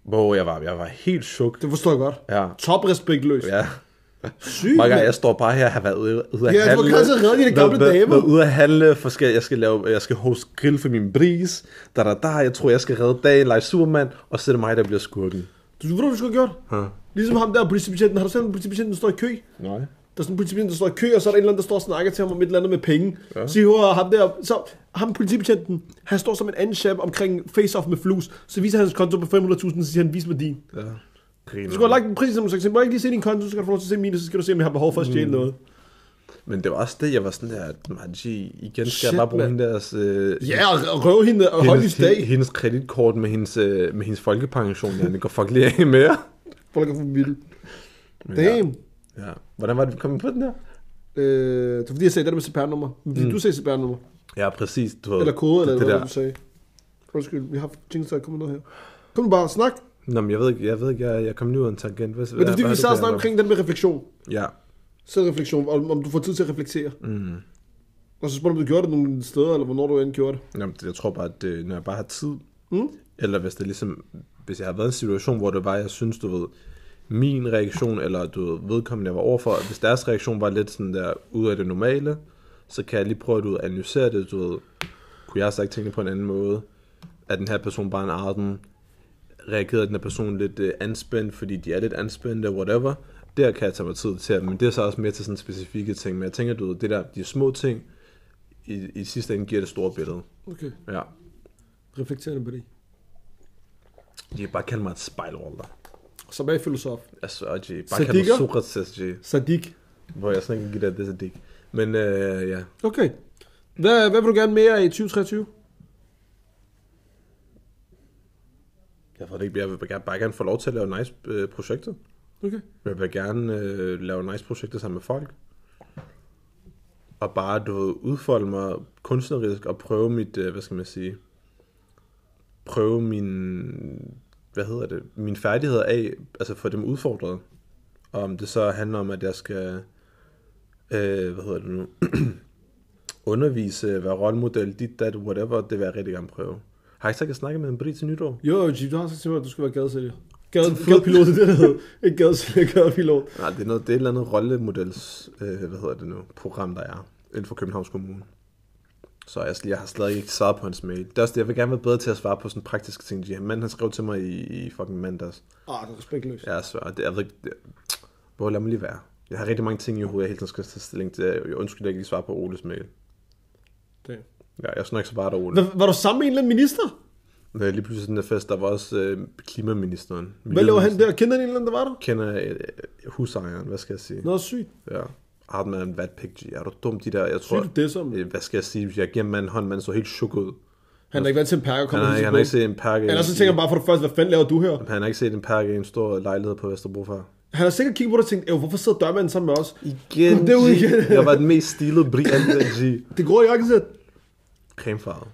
Speaker 2: Hvor jeg var, jeg var helt chok.
Speaker 1: Det forstår jeg godt.
Speaker 2: Ja.
Speaker 1: Top respektløs.
Speaker 2: Ja.
Speaker 1: Sygt.
Speaker 2: Mange gange, jeg står bare her og har været ude, ude at
Speaker 1: Ja, du må
Speaker 2: handle.
Speaker 1: gerne sidde og redde dine gamle
Speaker 2: Været- været-
Speaker 1: damer.
Speaker 2: været ude at handle, for skal, jeg, skal lave, jeg skal hoste grill for min bris. Da, da, da, jeg tror, jeg skal redde dagen, lege Superman, og så er det mig, der bliver skurken.
Speaker 1: Du Du ved, du, hvad du skulle have gjort?
Speaker 2: Huh?
Speaker 1: Ligesom ham der politibetjenten. Har du set ham, politibetjenten, der står i kø?
Speaker 2: Nej.
Speaker 1: Der er sådan en politibetjent, der står i kø, og så er der en eller anden, der står og snakker til ham om et eller andet med penge. Ja. Så hører ham der, så ham politibetjenten, han står som en anden chef omkring face-off med flus, så viser han hans konto på 500.000, så siger han, vis mig din. Ja.
Speaker 2: Griner.
Speaker 1: Du skulle have lagt en pris, som sagt, må jeg ikke lige se din konto, så kan du få lov til at se min, og så skal du se, om jeg har behov for at stjæle mm. noget.
Speaker 2: Men det var også det, jeg var sådan der, at Margie, igen skal
Speaker 1: Shit,
Speaker 2: jeg bare bruge
Speaker 1: mand.
Speaker 2: hende deres... Øh,
Speaker 1: Ja, og- og røve hende og holde i
Speaker 2: hendes,
Speaker 1: dag.
Speaker 2: hendes, hendes kreditkort med hendes, øh, med hendes folkepension, ja, det går fuck lige af med jer.
Speaker 1: Folk er for vildt. Damn.
Speaker 2: Ja. Hvordan var det, vi kom på den der?
Speaker 1: Øh, det er fordi, jeg sagde det der med CPR-nummer. Fordi mm. du sagde CPR-nummer.
Speaker 2: Ja, præcis. Du ved,
Speaker 1: Eller kode, eller
Speaker 2: det,
Speaker 1: hvad
Speaker 2: det
Speaker 1: var det,
Speaker 2: der.
Speaker 1: du sagde. Undskyld, vi har tænkt sig at komme noget her. Kom nu bare, snak.
Speaker 2: Nå, men jeg ved ikke, jeg, ved ikke, jeg, jeg kom lige ud af en tangent. Hvad,
Speaker 1: Men det er fordi, vi sad og snakkede omkring den med refleksion.
Speaker 2: Ja,
Speaker 1: Selvreflektion, om, om du får tid til at reflektere. Mm. Og så spørger du, om du gjorde det nogle steder, eller hvornår du end gjorde det.
Speaker 2: Jamen, det- jeg tror bare, at øh, når jeg bare har tid, mm. eller hvis det ligesom, hvis jeg har været i en situation, hvor det var, jeg synes, du ved, min reaktion, eller du ved, vedkommende, jeg var overfor, hvis deres reaktion var lidt sådan der, ud af det normale, så kan jeg lige prøve at du ved, analysere det, du ved, kunne jeg have sagt tingene på en anden måde, at den her person bare en arten, reagerede den her person lidt øh, anspændt, fordi de er lidt anspændte, whatever, der kan jeg tage mig tid til, men det er så også mere til sådan specifikke ting, men jeg tænker, du ved, det der, de små ting, i, i sidste ende giver det store billede.
Speaker 1: Okay.
Speaker 2: Ja.
Speaker 1: Reflekterende på det.
Speaker 2: De kan bare kalde mig et spejl, Walter.
Speaker 1: Som er filosof.
Speaker 2: Altså, og de bare kalde
Speaker 1: Sadikker?
Speaker 2: mig Sokrates, de,
Speaker 1: Sadik.
Speaker 2: hvor jeg sådan ikke kan give dig det sadik. Men øh, ja,
Speaker 1: Okay. Hvad, hvad vil du gerne mere i 2023?
Speaker 2: jeg ved det ikke, jeg vil bare- bare gerne få lov til at lave nice øh, projekter.
Speaker 1: Okay.
Speaker 2: Jeg vil gerne øh, lave nice projekter sammen med folk. Og bare, du ved, udfolde mig kunstnerisk og prøve mit, øh, hvad skal man sige, prøve min, hvad hedder det, mine færdigheder af, altså få dem udfordret. Og om det så handler om, at jeg skal, øh, hvad hedder det nu, undervise, være rollemodel, dit, dat, whatever, det vil jeg rigtig gerne prøve. Har jeg ikke sagt, at jeg snakker med en brit til nytår?
Speaker 1: Jo, Jeep, du har sagt til mig, at du skal være gadesælger. Gade, gadepilot, det er det, der hedder. Ikke gadesælger, gadepilot.
Speaker 2: Nej, det er, noget, det er et eller andet rollemodels, øh, hvad hedder det nu, program, der er inden for Københavns Kommune. Så jeg, jeg har slet ikke svaret på hans mail. Det er også det, jeg vil gerne være bedre til at svare på sådan praktiske ting. De her mand, han skrev til mig i, i fucking mandags.
Speaker 1: Ah, det er respektløst.
Speaker 2: Jeg er svær. Det, jeg ved ikke, det, hvor lad mig lige være. Jeg har rigtig mange ting i hovedet, jeg hele tiden skal tage stilling til. Jeg undskylder, at jeg ikke lige svarer på Oles mail.
Speaker 1: Damn.
Speaker 2: Ja, jeg snakker så bare der, Ole.
Speaker 1: Hvad, var du sammen med en eller anden minister?
Speaker 2: Når jeg lige pludselig sådan der fest, der var også øh, klimaministeren.
Speaker 1: Hvad laver han der? Kender han en eller anden, der var der?
Speaker 2: Kender øh, husejeren, hvad skal jeg sige?
Speaker 1: Nå, sygt.
Speaker 2: Ja. Hardman er en vatpik, G. Er du dum, de der? Jeg tror,
Speaker 1: Sygt, det er som.
Speaker 2: Øh, Hvad skal jeg sige? Jeg giver manden hånd, man så helt chok ud.
Speaker 1: Han har ikke været til en pakke og
Speaker 2: Han
Speaker 1: kommet
Speaker 2: har,
Speaker 1: til
Speaker 2: han har ikke set en pakke.
Speaker 1: Eller så tænker han bare for det første, hvad fanden laver du her?
Speaker 2: han har ikke set en pakke i en stor lejlighed på Vesterbro før.
Speaker 1: Han har sikkert kigget på dig og tænkt, "Øv, hvorfor sidder dørmanden sammen med os?
Speaker 2: Igen,
Speaker 1: Kom derud
Speaker 2: G.
Speaker 1: igen.
Speaker 2: Jeg var den mest stilede briante, G.
Speaker 1: Det grå jakkesæt.
Speaker 2: Cremefarvet.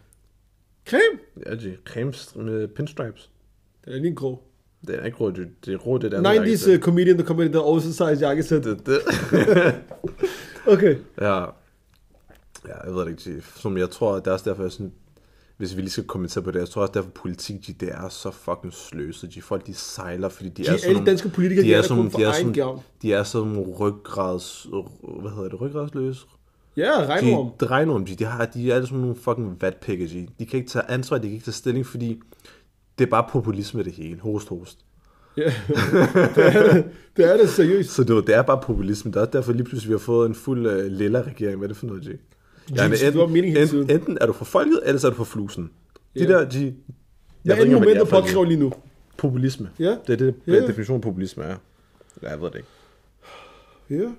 Speaker 1: Creme?
Speaker 2: Ja, G. Cremes med pinstripes.
Speaker 1: Den er lige en grå.
Speaker 2: Det er ikke rå, G. Det er rå, det der.
Speaker 1: 90's uh, comedian, der kom ind i det oversize jakkesæt.
Speaker 2: Det, det.
Speaker 1: Okay.
Speaker 2: ja. Ja, jeg ved det ikke, G. Som jeg tror, det er også derfor, jeg sådan, hvis vi lige skal kommentere på det, jeg tror også derfor, politik, G, det er så fucking sløset. De folk, de sejler, fordi de, de er
Speaker 1: alle
Speaker 2: sådan nogle-
Speaker 1: danske politikere, de er der
Speaker 2: sådan-
Speaker 1: kun for
Speaker 2: de er
Speaker 1: egen gavn.
Speaker 2: sådan, de er sådan nogle ryggrads, hvad hedder det, ryggradsløse?
Speaker 1: Ja, regnorm.
Speaker 2: De regner om de, de, har, de er alle sådan nogle fucking vatpikker, de. de kan ikke tage ansvar, de kan ikke tage stilling, fordi det er bare populisme det hele, host host.
Speaker 1: Ja. det er det seriøst.
Speaker 2: Så det, var- det er bare populisme, det er også derfor lige pludselig, vi har fået en fuld uh, lilla regering, hvad er det for noget, G? Ja, men
Speaker 1: det var meningen hele tiden.
Speaker 2: enten, enten er du for folket, eller så er du for flusen. De
Speaker 1: Ja.
Speaker 2: der, de...
Speaker 1: Hvad
Speaker 2: ved
Speaker 1: er
Speaker 2: ikke, hvad de
Speaker 1: momentet
Speaker 2: er for en-
Speaker 1: påkræver lige nu?
Speaker 2: Populisme.
Speaker 1: Ja.
Speaker 2: Det er det,
Speaker 1: Ja, ja.
Speaker 2: definition af populisme er. Ja, jeg ved det ikke.
Speaker 1: Ja.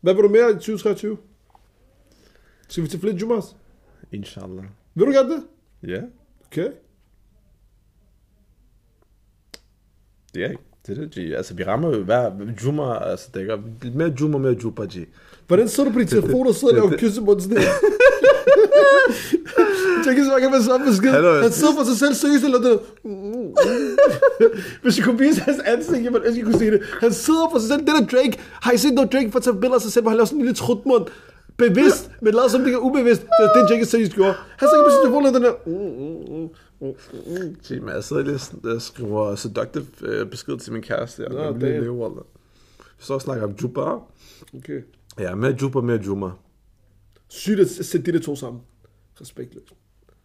Speaker 1: Hvad vil du mere i 2023? Skal vi til flere Jumas?
Speaker 2: Inshallah.
Speaker 1: Vil du gerne det?
Speaker 2: Ja,
Speaker 1: Okay.
Speaker 2: det er ikke. Det er det, G. Altså, vi rammer jo hver... Juma, altså, dækker... Mere Juma, mere Juba, G.
Speaker 1: Hvordan sidder du på din telefon og sidder og laver kyssemund sådan her? Tænk ikke, så man kan være sådan besked.
Speaker 2: Hallo, jeg
Speaker 1: Han sidder for sig selv seriøst, eller det. Hvis jeg kunne vise hans ansigt, jeg ville ønske, jeg kunne se det. Han sidder for sig selv. Det der Drake. Har I set, når Drake får taget billeder af sig selv, hvor han laver sådan en lille trutmund? Bevidst, men lader som det er ubevidst. Det er det, Drake seriøst gjorde. Han sidder på sin telefon og den der.
Speaker 2: G, men jeg sidder lige og s- og skriver seductive øh, besked til min kæreste. Jeg
Speaker 1: Nå,
Speaker 2: vil lige
Speaker 1: damn.
Speaker 2: leve, Walter. Vi står og snakker om Juba.
Speaker 1: Okay.
Speaker 2: Ja, mere Juba, mere Juma.
Speaker 1: Sygt at sætte de der to sammen. Respektløst.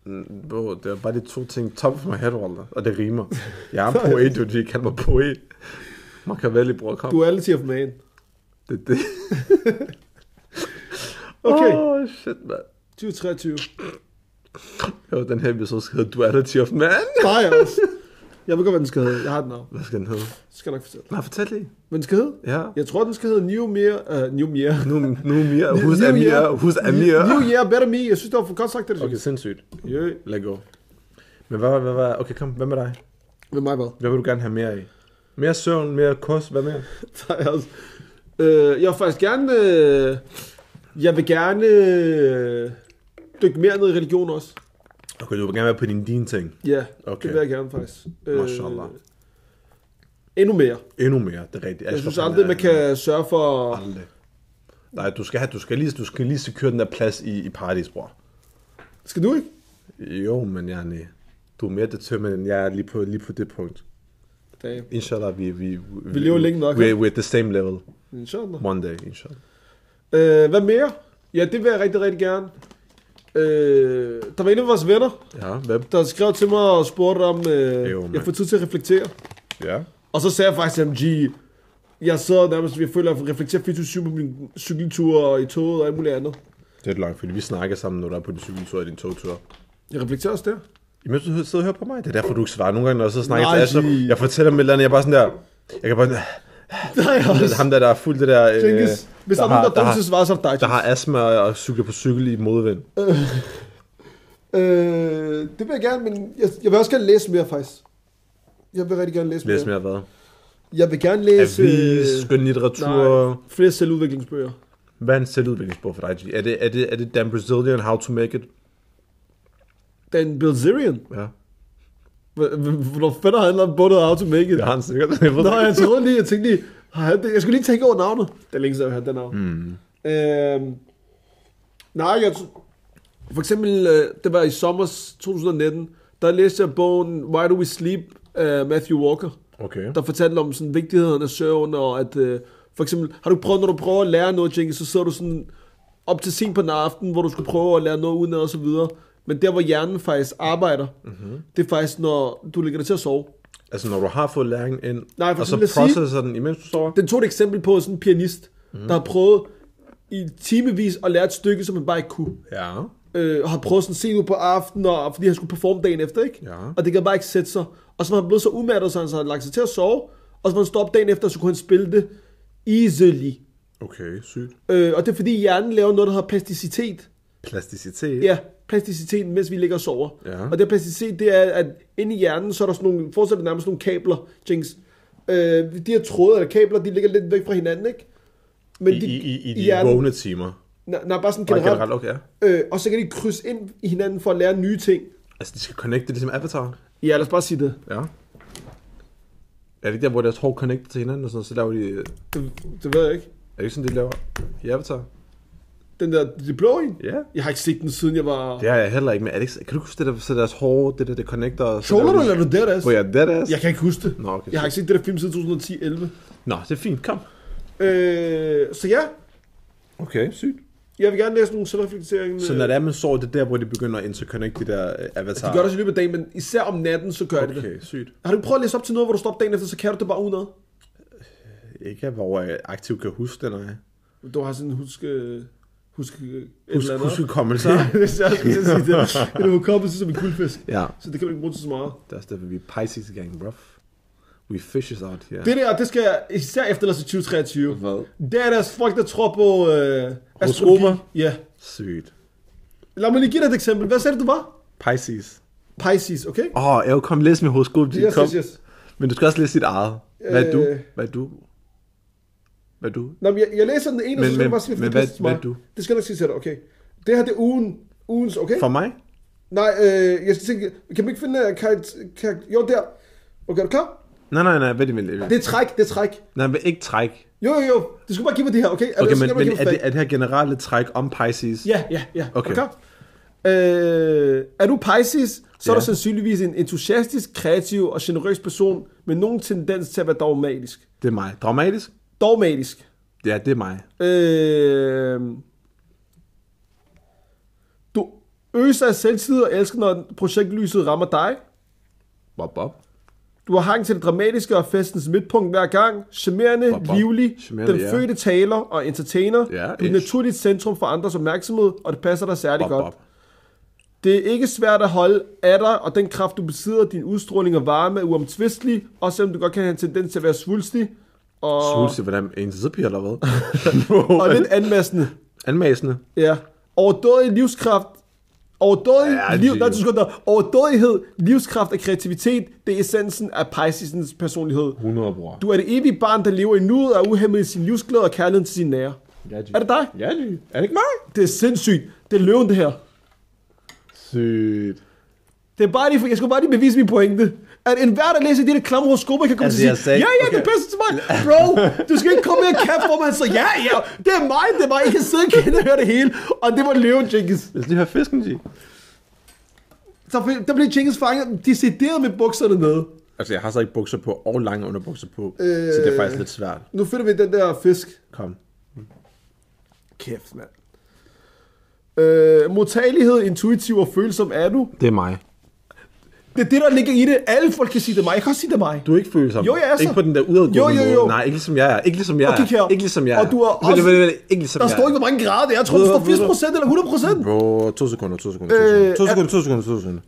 Speaker 2: Mm, Bro, det var bare de to ting. Top of my head, Walter. Og det rimer. Jeg er en poet, du de kalder mig poet. Machiavelli, bror, kom.
Speaker 1: Du er Duality of man.
Speaker 2: Det, er det.
Speaker 1: Okay.
Speaker 2: Oh, shit, mand.
Speaker 1: 2023.
Speaker 2: Jo, den her bliver så skrevet Duality of Man.
Speaker 1: Bare jeg også. Jeg ved godt, hvad den skal hedde. Jeg har den navn.
Speaker 2: Hvad skal den hedde?
Speaker 1: Det skal jeg nok fortælle.
Speaker 2: Nej, fortæl lige.
Speaker 1: Hvad den skal hedde?
Speaker 2: Ja.
Speaker 1: Jeg tror, den skal hedde New Year. Uh, New Year.
Speaker 2: Nu, nu Mia. Who's
Speaker 1: New
Speaker 2: Amir?
Speaker 1: Year.
Speaker 2: Who's Amir?
Speaker 1: New Year, better me. Jeg synes, det var for godt sagt, det der.
Speaker 2: Okay, sindssygt.
Speaker 1: Yeah.
Speaker 2: Lad gå. Men hvad, hvad, hvad, okay, kom, hvad med dig?
Speaker 1: Med mig hvad?
Speaker 2: Hvad vil du gerne have mere i? Mere søvn, mere kost, hvad mere?
Speaker 1: Der er også. altså. Øh, jeg vil faktisk gerne... Øh, jeg vil gerne øh, dykke mere ned i religion også.
Speaker 2: Okay, du vil gerne være på din din ting.
Speaker 1: Ja,
Speaker 2: Okay.
Speaker 1: det vil jeg gerne faktisk.
Speaker 2: Øh,
Speaker 1: Øh,
Speaker 2: Mashallah.
Speaker 1: endnu mere.
Speaker 2: Endnu mere, det er rigtigt.
Speaker 1: Jeg
Speaker 2: Ashraf,
Speaker 1: synes
Speaker 2: han
Speaker 1: aldrig,
Speaker 2: er-
Speaker 1: man kan sørge for...
Speaker 2: Aldrig. Nej, du skal, have, du skal lige, du skal lige sikre den der plads i, i paradis, bror.
Speaker 1: Skal du ikke?
Speaker 2: Jo, men jeg er nej. Du er mere determined, end jeg er lige på, lige på det punkt.
Speaker 1: Damn.
Speaker 2: Inshallah, vi... Vi, vi,
Speaker 1: lever længe nok,
Speaker 2: We're,
Speaker 1: ja.
Speaker 2: we're at the same level.
Speaker 1: Inshallah.
Speaker 2: One day, inshallah.
Speaker 1: Øh, hvad mere? Ja, det vil jeg rigtig, rigtig gerne. Øh, der var en af vores venner,
Speaker 2: Ja, hvad?
Speaker 1: der skrev til mig og spurgte om, øh,
Speaker 2: Jo,
Speaker 1: jeg
Speaker 2: mand.
Speaker 1: får tid til at reflektere.
Speaker 2: Ja.
Speaker 1: Og så sagde jeg faktisk til ham, G, jeg sidder nærmest, jeg føler, at jeg reflekterer 24 på min cykeltur og i toget og alt muligt andet.
Speaker 2: Det er langt, fordi vi snakker sammen, når du er på din cykeltur og din togtur.
Speaker 1: Jeg reflekterer også der.
Speaker 2: Jamen, du sidder og hører på mig. Det er derfor, du ikke svarer nogle gange, når jeg så snakker
Speaker 1: Nej,
Speaker 2: til Ashraf.
Speaker 1: de-
Speaker 2: Jeg fortæller dem et eller andet, jeg er bare sådan der... Jeg kan bare...
Speaker 1: Der er jeg også.
Speaker 2: Ham der, der er fuld det der... Øh,
Speaker 1: Jenkins, hvis der er
Speaker 2: har-
Speaker 1: nogen, der er
Speaker 2: har-
Speaker 1: dårlig til at svare, så er det dig.
Speaker 2: der har astma og cykler på cykel i modvind.
Speaker 1: Øh, det vil jeg gerne, men jeg, jeg vil også gerne læse mere, faktisk. Jeg vil rigtig gerne læse,
Speaker 2: Læs
Speaker 1: mere.
Speaker 2: mere hvad?
Speaker 1: Jeg vil gerne læse...
Speaker 2: Avis,
Speaker 1: øh,
Speaker 2: skøn litteratur.
Speaker 1: nej, flere selvudviklingsbøger.
Speaker 2: Hvad er en selvudviklingsbog for dig, G? Er det, er det, er det Dan Brazilian, How to Make It?
Speaker 1: Dan Bilzerian.
Speaker 2: Ja.
Speaker 1: Hv- hv- Hvornår fanden har han lavet bundet How to Make It?
Speaker 2: Jeg har en sikkert. Jeg ved
Speaker 1: Nå,
Speaker 2: det.
Speaker 1: jeg troede lige, jeg tænkte lige, har han det? jeg skulle lige tænke over navnet. Det er længe siden, jeg har hørt det navn. Mm. Øhm, nej, jeg, tr- for eksempel, øh, det var i sommer 2019, der læste jeg bogen Why Do We Sleep af Matthew Walker,
Speaker 2: Okay.
Speaker 1: der fortalte om sådan, vigtigheden af søvn, og at øh, for eksempel, har du prøvet, når du prøver at lære noget, Jenkins, så sidder du sådan op til sent på den aften, hvor du skulle prøve at lære noget udenad og så videre. Men der, hvor hjernen faktisk arbejder, mm-hmm. det er faktisk, når du ligger dig til at sove.
Speaker 2: Altså, når du har fået læringen ind,
Speaker 1: Nej, for
Speaker 2: og så
Speaker 1: eksempel at sige-
Speaker 2: processer den, imens du sover.
Speaker 1: Den tog et eksempel på sådan en pianist, mm. der har prøvet i timevis at lære et stykke, som han bare ikke kunne.
Speaker 2: Ja.
Speaker 1: Øh, og har prøvet sådan sent ud på aftenen, og, fordi han skulle performe dagen efter, ikke?
Speaker 2: Ja.
Speaker 1: Og det kan bare ikke sætte sig. Og så var han blevet så umattet, så han så havde lagt sig til at sove. Og så var han stod op dagen efter, så kunne han spille det easily.
Speaker 2: Okay, sygt.
Speaker 1: Øh, og det er fordi hjernen laver noget, der hedder plasticitet.
Speaker 2: Plasticitet.
Speaker 1: Ja, plasticiteten, mens vi ligger og sover.
Speaker 2: Ja.
Speaker 1: Og det plasticitet, det er, at inde i hjernen, så er der sådan nogle, fortsat nærmest nogle kabler, Jinx. Øh, de her tråde eller kabler, de ligger lidt væk fra hinanden, ikke? Men
Speaker 2: I, i, i, i de
Speaker 1: hjernen-
Speaker 2: vågne timer.
Speaker 1: Nej, nej, bare sådan
Speaker 2: Bare
Speaker 1: generelt.
Speaker 2: generelt, okay, ja.
Speaker 1: Øh, og så kan de krydse ind i hinanden for at lære nye ting.
Speaker 2: Altså, de skal connecte ligesom Avatar.
Speaker 1: Ja, lad os bare sige det.
Speaker 2: Ja. Er det ikke der, hvor deres hår connecter til hinanden og sådan noget, så laver de... øh,
Speaker 1: det. Det ved jeg ikke.
Speaker 2: Er det ikke sådan, de laver i Avatar?
Speaker 1: Den der, det blå en?
Speaker 2: Ja.
Speaker 1: Jeg har ikke set den siden jeg var...
Speaker 2: Det har jeg heller ikke, men Alex, kan du ikke huske det der, så deres hår, det der, det connecter... og så
Speaker 1: Kjoler du,
Speaker 2: laver de-
Speaker 1: eller er du deadass?
Speaker 2: Hvor jeg er deadass?
Speaker 1: Jeg kan ikke huske det.
Speaker 2: Nå, okay.
Speaker 1: Jeg har ikke set det der film siden 2010-11.
Speaker 2: Nå, det er fint, kom.
Speaker 1: Øh, så ja,
Speaker 2: Okay, sygt.
Speaker 1: jeg vil gerne læse nogle selvreflekteringer.
Speaker 2: Så når det er, man sover, det er der, hvor det begynder at interconnecte de der øh,
Speaker 1: De
Speaker 2: avatarer.
Speaker 1: gør det også i løbet af dagen, men især om natten, så gør okay. det det.
Speaker 2: Okay, sygt.
Speaker 1: Har du ikke prøvet at læse op til noget, hvor du stopper dagen efter, så kan du det bare udenad?
Speaker 2: Ikke, hvor jeg aktivt kan huske det, nej.
Speaker 1: Du har sådan en huske... Huske...
Speaker 2: Husk, husk hukommelse.
Speaker 1: det er særligt, at sige det. Det er hukommelse som en guldfisk.
Speaker 2: ja,
Speaker 1: Så det kan man ikke bruge til så meget.
Speaker 2: det er også derfor, vi er Pisces gang, bruv. We fishes out here.
Speaker 1: Det der, det skal jeg især efterlade til 2023.
Speaker 2: Hvad?
Speaker 1: Det er deres folk, der tror på øh,
Speaker 2: Horoskoper?
Speaker 1: Ja.
Speaker 2: Sygt.
Speaker 1: Lad mig lige give dig et eksempel. Hvad sagde du, du var?
Speaker 2: Pisces.
Speaker 1: Pisces, okay?
Speaker 2: Åh, oh, jeg kom læse mit horoskop, dit
Speaker 1: Yes,
Speaker 2: kom.
Speaker 1: yes, yes.
Speaker 2: Men du skal også læse dit eget. Hvad er du?
Speaker 1: Øh.
Speaker 2: Hvad er du? Hvad er du?
Speaker 1: Nå, men jeg, jeg læser den ene, og så
Speaker 2: Men-
Speaker 1: skal
Speaker 2: men-
Speaker 1: jeg bare sige,
Speaker 2: men
Speaker 1: det
Speaker 2: hvad-
Speaker 1: passer til mig.
Speaker 2: hvad er du?
Speaker 1: Det skal jeg nok sige til dig, okay? Det her, det er ugen, ugens, okay?
Speaker 2: For mig?
Speaker 1: Nej, øh, jeg skal tænke, kan man ikke finde, øh, kan, kan, jo der. Okay, er du klar?
Speaker 2: Nej, nej, nej, vent, vent, vent.
Speaker 1: Det er træk, det er træk.
Speaker 2: Nej, men ikke træk.
Speaker 1: Jo, jo, jo, du skal bare give mig det her, okay?
Speaker 2: Okay,
Speaker 1: Ellers
Speaker 2: men,
Speaker 1: skal jeg
Speaker 2: men
Speaker 1: bare give
Speaker 2: er,
Speaker 1: mig
Speaker 2: det,
Speaker 1: fag.
Speaker 2: er det her generelle træk om Pisces?
Speaker 1: Ja, ja, ja.
Speaker 2: Okay.
Speaker 1: Er du klar? Øh, er du Pisces, så er
Speaker 2: Ja.
Speaker 1: du sandsynligvis en entusiastisk, kreativ og generøs person med nogen tendens til at være dogmatisk.
Speaker 2: Det er mig. Dramatisk?
Speaker 1: Dogmatisk.
Speaker 2: Ja, det er mig.
Speaker 1: Øh, du, Øser af selvtid og elsker, når projektlyset rammer dig.
Speaker 2: Bob, bob.
Speaker 1: Du har hang til det dramatiske og festens midtpunkt hver gang. Charmerende,
Speaker 2: Bop, bop.
Speaker 1: livlig,
Speaker 2: Charmerende,
Speaker 1: den
Speaker 2: ja.
Speaker 1: fødte taler og entertainer.
Speaker 2: Ja,
Speaker 1: du er
Speaker 2: ish.
Speaker 1: naturligt centrum for andres opmærksomhed, og det passer dig særlig
Speaker 2: Bob,
Speaker 1: godt.
Speaker 2: bob.
Speaker 1: Det er ikke svært at holde af dig, og den kraft, du besidder, din udstråling og varme er uomtvistelig, også selvom du godt kan have en tendens til at være svulstig og,
Speaker 2: Svulse, hvordan en sidepige eller hvad?
Speaker 1: og lidt anmassende.
Speaker 2: Anmasende.
Speaker 1: Ja. Overdådig livskraft. Overdådig,
Speaker 2: Ja,
Speaker 1: ja,
Speaker 2: det
Speaker 1: liv,
Speaker 2: siger
Speaker 1: nej,
Speaker 2: jeg.
Speaker 1: du skal der. Overdådighed, livskraft og kreativitet, det er essensen af Pisces' personlighed.
Speaker 2: 100, bror.
Speaker 1: Du er det evige barn, der lever i nuet og er uhemmet i sin livsglæde og kærligheden til sine nære.
Speaker 2: Ja, G.
Speaker 1: Er det dig?
Speaker 2: Ja, G. Er det ikke mig?
Speaker 1: Det er sindssygt. Det er løven, det her.
Speaker 2: Sygt.
Speaker 1: Det er bare lige, for- jeg skulle bare lige bevise min pointe. At enhver, der læser dine klamme horoskoper, kan komme
Speaker 2: Altså,
Speaker 1: til at
Speaker 2: jeg
Speaker 1: sige,
Speaker 2: sagde-
Speaker 1: ja, ja, okay. det
Speaker 2: okay.
Speaker 1: passer til mig. Bro, du skal ikke komme med og kæft, hvor man så, ja, ja, det er mig, det er mig. I kan sidde og kende og høre det hele. Og det var løven, Jenkins.
Speaker 2: Lad os lige høre fisken, G.
Speaker 1: Så f- der blev Jenkins fanget decideret med bukserne nede.
Speaker 2: Altså, jeg har så ikke bukser på og lange underbukser på, øh... så det er faktisk lidt svært.
Speaker 1: Nu finder vi den der fisk.
Speaker 2: Kom.
Speaker 1: Kæft, mand. Øh, modtagelighed, intuitiv og følsom er du.
Speaker 2: Det er mig.
Speaker 1: Det er det, der ligger i det. Alle folk kan sige det er mig. Jeg kan også sige det er mig.
Speaker 2: Du er ikke følsom.
Speaker 1: Jo, jeg er så.
Speaker 2: Ikke på den der udadgående
Speaker 1: Jo, jo, jo.
Speaker 2: måde. Nej, ikke ligesom jeg er. Ikke ligesom jeg
Speaker 1: Og kig her.
Speaker 2: er. Ikke ligesom jeg
Speaker 1: Og du er
Speaker 2: Vent,
Speaker 1: også-
Speaker 2: vent, vent, vent. Ikke ligesom
Speaker 1: der
Speaker 2: jeg
Speaker 1: står
Speaker 2: er.
Speaker 1: ikke, hvor mange grader det er. Jeg tror, det står 80% eller 100%.
Speaker 2: Bro, to sekunder, to sekunder, to
Speaker 1: Øh,
Speaker 2: sekunder. To
Speaker 1: er-
Speaker 2: sekunder, to sekunder, to sekunder.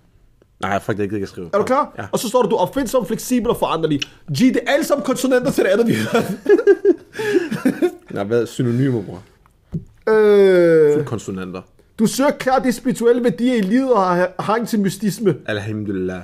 Speaker 2: Nej, fuck, jeg gider ikke at skrive.
Speaker 1: Er du klar?
Speaker 2: Ja.
Speaker 1: Ja. Og så står der, du er opfindsom, fleksibel og foranderlig. G, det er alle sammen konsonanter til det andet, vi har.
Speaker 2: Nej, hvad er synonymer, bror?
Speaker 1: øh,
Speaker 2: Konsonanter.
Speaker 1: du søger klart de spirituelle værdier i livet og har hang til mystisme.
Speaker 2: Alhamdulillah.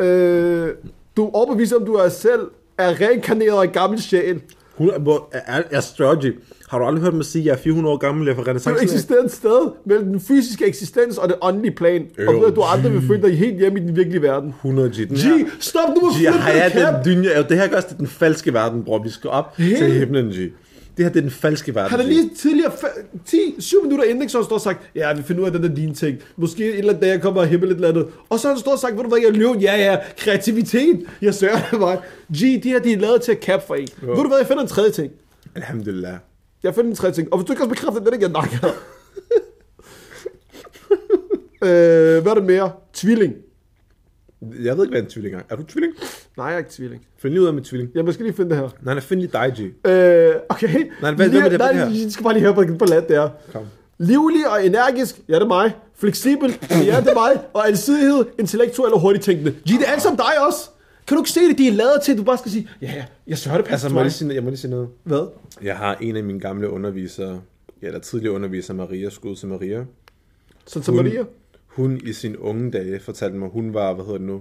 Speaker 1: Øh, du er overbevist om, du er selv er reinkarneret af en gammel sjæl.
Speaker 2: 100, hvor er, er, er Sturgy. Har du aldrig hørt mig sige, at jeg er 400 år gammel, jeg er fra
Speaker 1: Du
Speaker 2: renaissancen?
Speaker 1: eksisterer et sted mellem den fysiske eksistens og det åndelige plan. Og
Speaker 2: Øv,
Speaker 1: ved, at du aldrig vil føle dig helt hjemme i den virkelige verden.
Speaker 2: 100 G. Den
Speaker 1: G,
Speaker 2: her,
Speaker 1: stop nu med at flytte
Speaker 2: G, har
Speaker 1: den
Speaker 2: jeg
Speaker 1: kæp.
Speaker 2: den dynja? Jo, det her gør også, det er den falske verden, bror. Vi skal op til himlen, G. Det her, det er den falske verden.
Speaker 1: Han har
Speaker 2: G.
Speaker 1: lige tidligere, 10-7 minutter inden, ikke, så har han stået og sagt, ja, vi finder ud af den der din ting. Måske et eller andet dag, jeg kommer og hæmmer lidt eller andet. Og så har han stået og sagt, ved du hvad, jeg løb, ja, ja, kreativitet, jeg sørger det mig. G, de her, de er lavet til at cap for en. Ved du hvad, jeg finder en tredje ting.
Speaker 2: Alhamdulillah.
Speaker 1: Jeg finder en tredje ting. Og hvis du ikke kan bekræfte den, er det ikke jeg nakker. øh, hvad er det mere? Tvilling.
Speaker 2: Jeg ved ikke, hvad en tvilling er. Er du tvilling?
Speaker 1: Nej, jeg er ikke tvilling.
Speaker 2: Find lige ud af med tvilling.
Speaker 1: Jeg skal lige finde det her.
Speaker 2: Nej, nej, find lige dig, G.
Speaker 1: Øh, okay.
Speaker 2: hvad- hvad
Speaker 1: Lige-
Speaker 2: med det-
Speaker 1: nej,
Speaker 2: det her?
Speaker 1: I skal bare lige høre, hvor på land det er.
Speaker 2: Kom.
Speaker 1: Livlig og energisk, ja det er mig. Fleksibel, ja det er mig. Og alsidighed, intellektuel og hurtigt tænkende. G, det er alt som dig også. Kan du ikke se det, de er lavet til, at du bare skal sige, ja, ja, jeg sørger det
Speaker 2: Altså,
Speaker 1: passer
Speaker 2: må jeg, lige
Speaker 1: altså,
Speaker 2: sige, noget- jeg må lige sige noget.
Speaker 1: mig. Hvad?
Speaker 2: Jeg har en af mine gamle undervisere, ja, der tidligere underviser Maria, skud til Maria.
Speaker 1: Sådan som Maria.
Speaker 2: Hun i sine unge dage fortalte mig, hun var, hvad hedder det nu,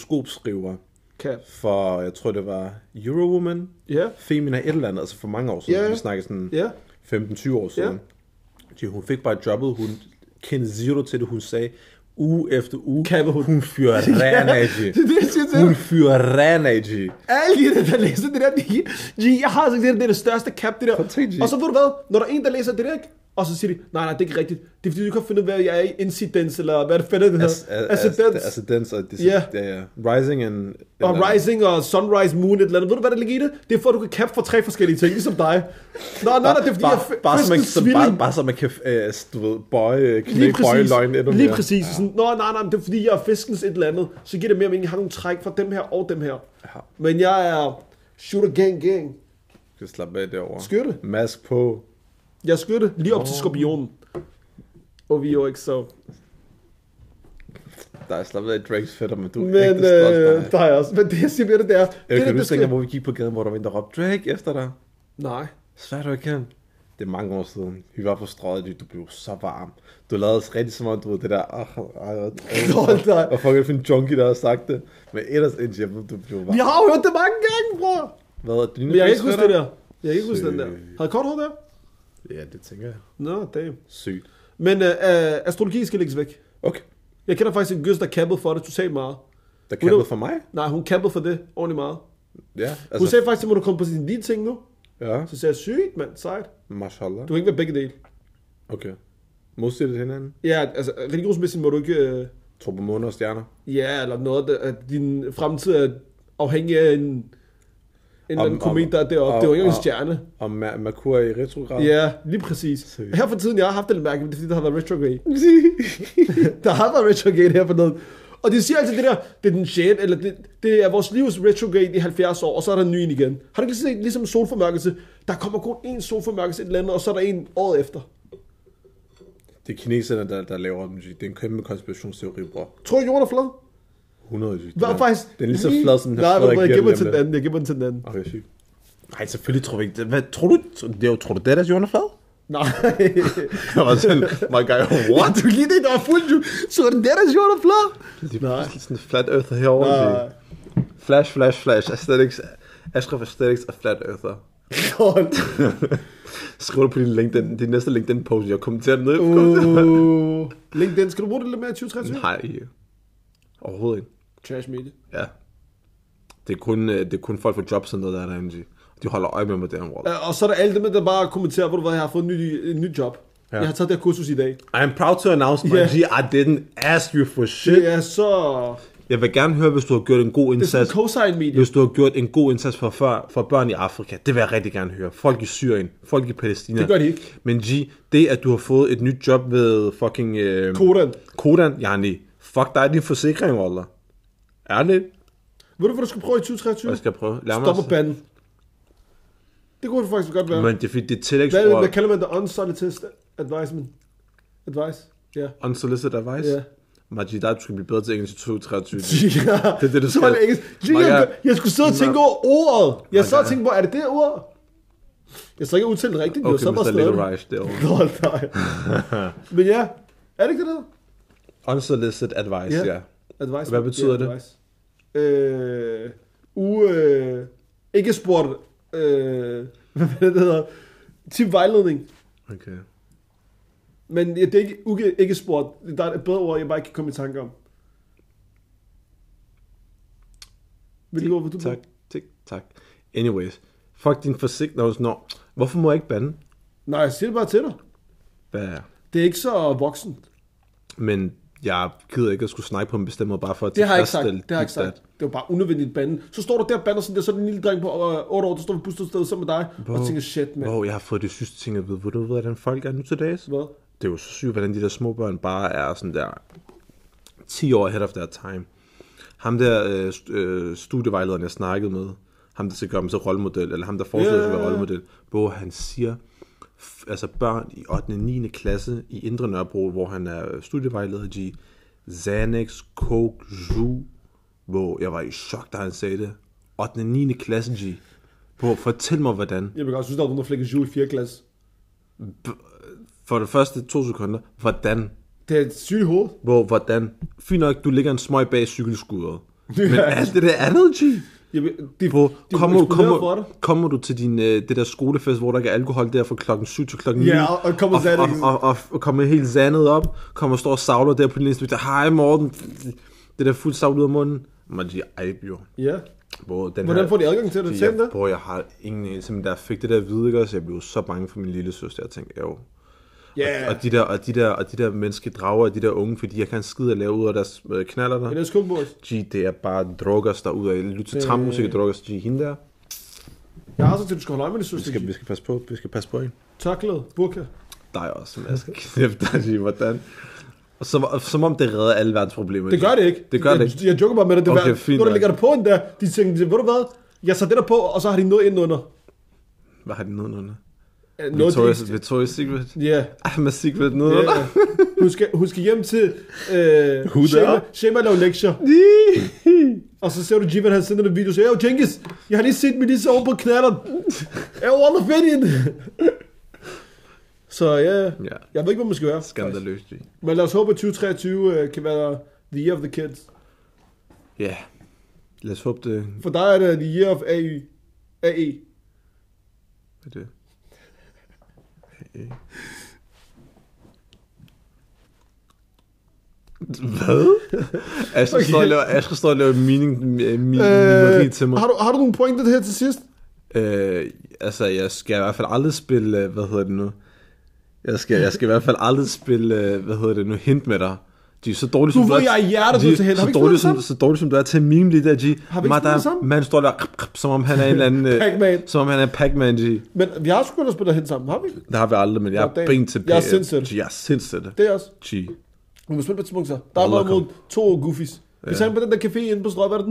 Speaker 2: horoskopskriver
Speaker 1: Kan.
Speaker 2: for, jeg tror det var Eurowoman,
Speaker 1: Ja.
Speaker 2: Femina et eller andet, altså for mange år siden,
Speaker 1: Ja.
Speaker 2: yeah. vi snakker sådan
Speaker 1: Ja.
Speaker 2: 15-20 år siden. Yeah. Hun fik bare jobbet, hun kendte zero til det, hun sagde, uge efter uge,
Speaker 1: Kapper hun.
Speaker 2: hun fyrer ren af G.
Speaker 1: Det er det, jeg siger til
Speaker 2: Hun
Speaker 1: dig.
Speaker 2: fyrer ren af G.
Speaker 1: Alle de der, der læser det der, de, G, jeg har sagt, det, der, det er det største cap, det der.
Speaker 2: Prøv at tænke, G.
Speaker 1: Og så ved du hvad, når der er en, der læser det der, ikke? og så siger de, nej, nej, det er ikke rigtigt. Det er fordi, du ikke har fundet, ud af, hvad jeg er i incidens, eller hvad er det fanden, det
Speaker 2: As,
Speaker 1: hedder.
Speaker 2: as, as,
Speaker 1: Ascendens.
Speaker 2: as, as, og det,
Speaker 1: Ja.
Speaker 2: yeah. ja. Rising and...
Speaker 1: Og Rising og Sunrise Moon, et eller andet. Ved du, hvad der ligger i det? Det er for, at du kan kappe for tre forskellige ting, ligesom dig. Nå, nej, nej, det er fordi,
Speaker 2: bare,
Speaker 1: jeg
Speaker 2: bare, så man,
Speaker 1: fiskens
Speaker 2: så
Speaker 1: svilling-
Speaker 2: bare, bare så man kan øh, du ved, bøje,
Speaker 1: Lige
Speaker 2: knække bøje
Speaker 1: præcis,
Speaker 2: løgn endnu mere.
Speaker 1: lige præcis. Ja. Sådan, Nå, nej, nej, men det er fordi, jeg er fiskens et eller andet. Så giver det mere mening, jeg har nogle træk fra dem her og dem her.
Speaker 2: Ja.
Speaker 1: Men jeg er shooter gang gang.
Speaker 2: Du kan slappe af derovre.
Speaker 1: Skytte.
Speaker 2: Mask på.
Speaker 1: Jeg er skytte, lige op oh. til skorpionen. Og vi er jo ikke så.
Speaker 2: Der er slappet af i Drakes fætter, men du er
Speaker 1: Men
Speaker 2: ægte stolt af
Speaker 1: øh, der er også. Men det, jeg siger mere, det er... Det
Speaker 2: Jeg
Speaker 1: er
Speaker 2: kan
Speaker 1: det, der
Speaker 2: huske, dengang,
Speaker 1: sker.
Speaker 2: hvor vi gik på gaden, hvor der var en, der råbte Drake efter dig.
Speaker 1: Nej.
Speaker 2: Svært du ikke kan. Det er mange år siden. Vi var på strøget, du- du blev så varm. Du lavede os rigtig som om, du ved, det der... Oh, oh,
Speaker 1: Hold da.
Speaker 2: og fuck, jeg finde junkie, der har sagt det. Men ellers indtil jeg ved, du blev varm.
Speaker 1: Vi har jo hørt det mange gange, bror.
Speaker 2: Hvad er det?
Speaker 1: Men jeg kan ikke huske det der. Jeg kan ikke huske den der.
Speaker 2: Sygt.
Speaker 1: Har jeg kort hår der?
Speaker 2: Ja, det tænker jeg.
Speaker 1: Nå, no, damn.
Speaker 2: Sygt.
Speaker 1: Men øh, øh, astrologi skal lægges væk.
Speaker 2: Okay.
Speaker 1: Jeg kender faktisk en gøs, der kappede for det totalt meget.
Speaker 2: Der kæmpede for mig.
Speaker 1: Nej, hun kappede for det ordentligt meget.
Speaker 2: Ja,
Speaker 1: Hun altså, sagde faktisk, at må du komme på sin lige ting nu.
Speaker 2: Ja,
Speaker 1: Så sagde jeg, sygt mand, sejt.
Speaker 2: mashallah.
Speaker 1: Du kan ikke være begge dele.
Speaker 2: Okay. Modstyrer det hinanden?
Speaker 1: Ja, altså religionsmæssigt må du ikke... Øh,
Speaker 2: Tror på måner og stjerner?
Speaker 1: ja, eller noget, der, at din fremtid er afhængig af en... en eller
Speaker 2: Om-
Speaker 1: anden
Speaker 2: om-
Speaker 1: komet, der er deroppe.
Speaker 2: om-
Speaker 1: Det var ikke en
Speaker 2: om-
Speaker 1: stjerne.
Speaker 2: Og Ma- Merkur er i retrograd.
Speaker 1: Ja, lige præcis.
Speaker 2: Seriøst.
Speaker 1: Her for tiden, jeg har haft det lidt mærkeligt, men det er fordi, der har været retrograde. der har været retrograde her for noget. Og de siger altid det der, det er den 6. eller det, det er vores livs retrograde i 70 år, og så er der en ny en igen. Har du ikke set ligesom solformørkelse? Der kommer kun en solformørkelse et eller andet, og så er der en året efter.
Speaker 2: Det er kineserne, der, der laver musik. Det er en kæmpe konspirationsteori, bror.
Speaker 1: Tror du, jorden er flad?
Speaker 2: 100 sygt.
Speaker 1: Hvad,
Speaker 2: Den er-
Speaker 1: faktisk,
Speaker 2: Den er lige så flad, som den
Speaker 1: Nej,
Speaker 2: flad,
Speaker 1: men jeg
Speaker 2: giver
Speaker 1: gemmer
Speaker 2: lige om
Speaker 1: til den
Speaker 2: lidt.
Speaker 1: anden, jeg gemmer den til den anden.
Speaker 2: Okay, sygt. Nej, selvfølgelig tror jeg ikke det. Hvad, tror du, det er jo, tror du, det er deres jorden er flad?
Speaker 1: Nej.
Speaker 2: Jeg var sådan, my guy, what?
Speaker 1: du lige det, der er fuldt jo. Så er den der, der jorden er flad? Ah.
Speaker 2: Det er pludselig sådan en flat earther herovre.
Speaker 1: Nej.
Speaker 2: Nej. Flash, flash, flash. Aesthetics. Ashraf Aesthetics og flat earther. Skriv det på din LinkedIn, din næste LinkedIn post, jeg kommenterer den ned.
Speaker 1: Uh, LinkedIn, skal du bruge det lidt mere i 2023?
Speaker 2: Nej, overhovedet ikke.
Speaker 1: Trash media.
Speaker 2: Ja. Det er kun, øh, det er kun folk fra jobcenteret, der er derinde. G. De holder øje med mig derovre.
Speaker 1: Øh, Og så er der alle dem, der bare kommenterer, hvor du hvad, jeg har fået en ny, en ny job. Ja.
Speaker 2: Ja.
Speaker 1: Jeg har taget det her kursus i dag.
Speaker 2: I am proud to announce, my
Speaker 1: Ja.
Speaker 2: yeah. G, I didn't ask you for shit.
Speaker 1: Det er så...
Speaker 2: Jeg vil gerne høre, hvis du har gjort en god
Speaker 1: Det er
Speaker 2: indsats.
Speaker 1: sådan cosine media.
Speaker 2: Hvis du har gjort en god indsats for, for, for børn i Afrika, det vil jeg rigtig gerne høre. Folk i Syrien, folk i Palæstina.
Speaker 1: Det gør de ikke.
Speaker 2: Men G, det at du har fået et nyt job ved fucking... Øh,
Speaker 1: Kodan.
Speaker 2: Kodan, Jani. Fuck dig, din forsikring, Wallah. Ærligt.
Speaker 1: Ved du, hvad du skal prøve i 2023?
Speaker 2: Jeg skal prøve. Lad mig
Speaker 1: Stop og
Speaker 2: altså-
Speaker 1: bande. Det kunne det faktisk godt være.
Speaker 2: Men det er fordi, det er
Speaker 1: Hvad, hvad
Speaker 2: tillægsord.
Speaker 1: kalder man det? Unsolicited advisement. Advice? Ja.
Speaker 2: Unsolicited advice.
Speaker 1: Ja.
Speaker 2: Yeah. Maji, der du skal blive bedre til engelsk i 2023.
Speaker 1: Ja.
Speaker 2: Det er det, du
Speaker 1: så var det
Speaker 2: skal.
Speaker 1: engelsk.
Speaker 2: My
Speaker 1: Jeg,
Speaker 2: God.
Speaker 1: jeg skulle sidde og tænke
Speaker 2: My-
Speaker 1: over ordet. Jeg sad og
Speaker 2: God.
Speaker 1: tænkte på, er det det ord? Jeg så ikke udtalt det rigtigt.
Speaker 2: Okay,
Speaker 1: Okay,
Speaker 2: Mr.
Speaker 1: så
Speaker 2: Little
Speaker 1: bare
Speaker 2: Rice derovre.
Speaker 1: Hold dig. Men ja, er det ikke det der?
Speaker 2: Unsolicited advice,
Speaker 1: Ja.
Speaker 2: ja.
Speaker 1: Advice.
Speaker 2: Hvad betyder det?
Speaker 1: Advice. Øh, u, øh, ikke spurgt. Øh, hvad er det, det hedder? Tip vejledning.
Speaker 2: Okay.
Speaker 1: Men ja, det er ikke, uke, ikke spurgt. Der er et bedre ord, jeg bare ikke kan komme i tanke om. Hvilket ord vil du
Speaker 2: Tak,
Speaker 1: bruge?
Speaker 2: tak, tak. Anyways, fuck din forsikring. Nå, hvorfor må jeg ikke bande?
Speaker 1: Nej, jeg siger det bare til dig.
Speaker 2: Hvad er jeg?
Speaker 1: Det er ikke så voksen.
Speaker 2: Men jeg gider ikke at skulle snakke på en bestemt måde, bare for at
Speaker 1: Det har jeg ikke sagt.
Speaker 2: tilfredsstille
Speaker 1: Det har jeg ikke
Speaker 2: dit
Speaker 1: sagt. Det var bare unødvendigt bande. Så står du der og bander sådan der, så er den lille dreng på øh, 8 år, der står på busstedstedet sammen med dig,
Speaker 2: Bro.
Speaker 1: og tænker, shit,
Speaker 2: dat.
Speaker 1: mand.
Speaker 2: Wow, jeg har fået det sidste ting at vide. Hvor du ved, hvordan folk er nu til dags?
Speaker 1: Hvad?
Speaker 2: Det er jo så sygt, hvordan de der små børn bare er sådan der 10 år ahead of their time. Ham der øh, st- øh, studievejlederen, jeg snakkede med, ham der skal gøre dem til rollemodel, eller ham der foreslår yeah. at
Speaker 1: Ja.
Speaker 2: være rollemodel, hvor han siger, f- altså børn i 8. og 9. klasse i Indre Nørrebro, hvor han er øh, studievejleder i Xanax, Coke, Zoo, hvor jeg var i chok, da han sagde det. 8. og 9. klasse, G. Hvor, fortæl mig, hvordan.
Speaker 1: Jeg vil godt synes, der var nogen, der flækkede jul i 4. klasse.
Speaker 2: For det første to sekunder, hvordan?
Speaker 1: Det er et sygt hoved.
Speaker 2: Hvor, hvordan? Fint nok, du ligger en smøg bag cykelskuddet. Men alt det der andet, G.
Speaker 1: Jeg vil, de,
Speaker 2: Hvor,
Speaker 1: de
Speaker 2: kommer, du,
Speaker 1: eksploderer for
Speaker 2: kommer,
Speaker 1: dig.
Speaker 2: kommer du til din, øh, det der skolefest, hvor der ikke er alkohol der fra klokken 7 til klokken 9?
Speaker 1: Ja, og- og kommer
Speaker 2: og,
Speaker 1: Xanax.
Speaker 2: og, og, og, kommer helt zandet op, kommer og står og savler der på din inspektør. Hej Morten. Det der fuldt savl ud af munden. Man siger, ej, jo.
Speaker 1: Ja.
Speaker 2: Hvor, den
Speaker 1: Hvordan
Speaker 2: her,
Speaker 1: får de adgang til det?
Speaker 2: Fordi
Speaker 1: Tænk
Speaker 2: Jeg,
Speaker 1: det.
Speaker 2: bror, jeg har ingen anelse, men da jeg fik det der vide, ikke, også, jeg blev så bange for min lille søster, jeg tænkte, jo.
Speaker 1: Ja.
Speaker 2: Og, og, de der, og, de der, og de der menneske drager, de der unge, fordi jeg kan skide at lave ud af deres øh, knaller
Speaker 1: Men
Speaker 2: der.
Speaker 1: det er skumboys.
Speaker 2: G, det er bare druggers derude af. Lyt til
Speaker 1: Øh.
Speaker 2: trammusik og druggers, G, hende der.
Speaker 1: Jeg har så til, at du skal holde øje med det,
Speaker 2: Vi skal, vi
Speaker 1: søster.
Speaker 2: skal passe på, vi skal passe på hende.
Speaker 1: Tørklæde, burka.
Speaker 2: Dig også, men jeg skal knæppe dig, G, hvordan? Og som, og som om det redder alle verdens problemer.
Speaker 1: Det
Speaker 2: G.
Speaker 1: gør det ikke.
Speaker 2: Det gør det
Speaker 1: Jeg,
Speaker 2: ikke.
Speaker 1: jeg joker bare med det. det
Speaker 2: Okay,
Speaker 1: okay,
Speaker 2: fint
Speaker 1: Når der
Speaker 2: nok.
Speaker 1: ligger der på en der, de tænker, ved du hvad? Jeg satte det der på, og så har de noget ind under.
Speaker 2: Hvad har de nedenunder?
Speaker 1: Øh, Noget, de
Speaker 2: Victoria's,
Speaker 1: ikke-
Speaker 2: Victoria's Secret?
Speaker 1: Ja.
Speaker 2: I'm a secret
Speaker 1: Ja,
Speaker 2: nedenunder.
Speaker 1: ja. Hun skal, hun skal hjem til øh,
Speaker 2: Who
Speaker 1: Shema,
Speaker 2: der?
Speaker 1: Shema lave lektier.
Speaker 2: Yeah.
Speaker 1: Og så ser du Jivan, han sender en video, så jeg jo Jenkins, jeg har lige set Melissa over på knatteren. Jeg var aldrig fedt i den. Så ja,
Speaker 2: Ja,
Speaker 1: jeg ved ikke, hvad man skal gøre.
Speaker 2: skandaløst, G.
Speaker 1: Men lad os håbe, at 2023 øh, kan være the year of the kids.
Speaker 2: Ja. Yeah. Lad os håbe, det
Speaker 1: For dig er det the year of AE. AE.
Speaker 2: er det. Hey. Hvad? Asger, okay. står og laver, Asger står og laver meaning, mi- mi- øh,
Speaker 1: Øh,
Speaker 2: til mig.
Speaker 1: har, du, har du nogle pointer her til sidst?
Speaker 2: Øh, altså, jeg skal i hvert fald aldrig spille, øh, hvad hedder det nu? Jeg skal, jeg skal i hvert fald aldrig spille, øh, hvad hedder det nu, hint med dig. De er så dårlige,
Speaker 1: Du
Speaker 2: som
Speaker 1: ved,
Speaker 2: er-
Speaker 1: jeg er hjertet
Speaker 2: de,
Speaker 1: til at hælde. Har
Speaker 2: så,
Speaker 1: vi ikke fået
Speaker 2: dårlige,
Speaker 1: det
Speaker 2: som,
Speaker 1: sammen?
Speaker 2: så dårlige, som du er til at meme lige der, G.
Speaker 1: Har vi ikke
Speaker 2: Madam,
Speaker 1: spillet sammen?
Speaker 2: Man står der, krp, krp, som om han er en eller anden... øh,
Speaker 1: Pac-Man.
Speaker 2: Som om han er Pac-Man, G.
Speaker 1: Men vi har sgu da spillet hen sammen, har vi?
Speaker 2: Det har vi aldrig, men jeg
Speaker 1: Nå,
Speaker 2: er
Speaker 1: damn.
Speaker 2: ben til
Speaker 1: Jeg er
Speaker 2: P-
Speaker 1: sindssyg.
Speaker 2: G, jeg er sindssygt.
Speaker 1: Det er også.
Speaker 2: G.
Speaker 1: Vi må spille på et tidspunkt, så. Der
Speaker 2: Wallah,
Speaker 1: var mod to goofies. Vi sang på den der café inde på Strøg, hvad er det,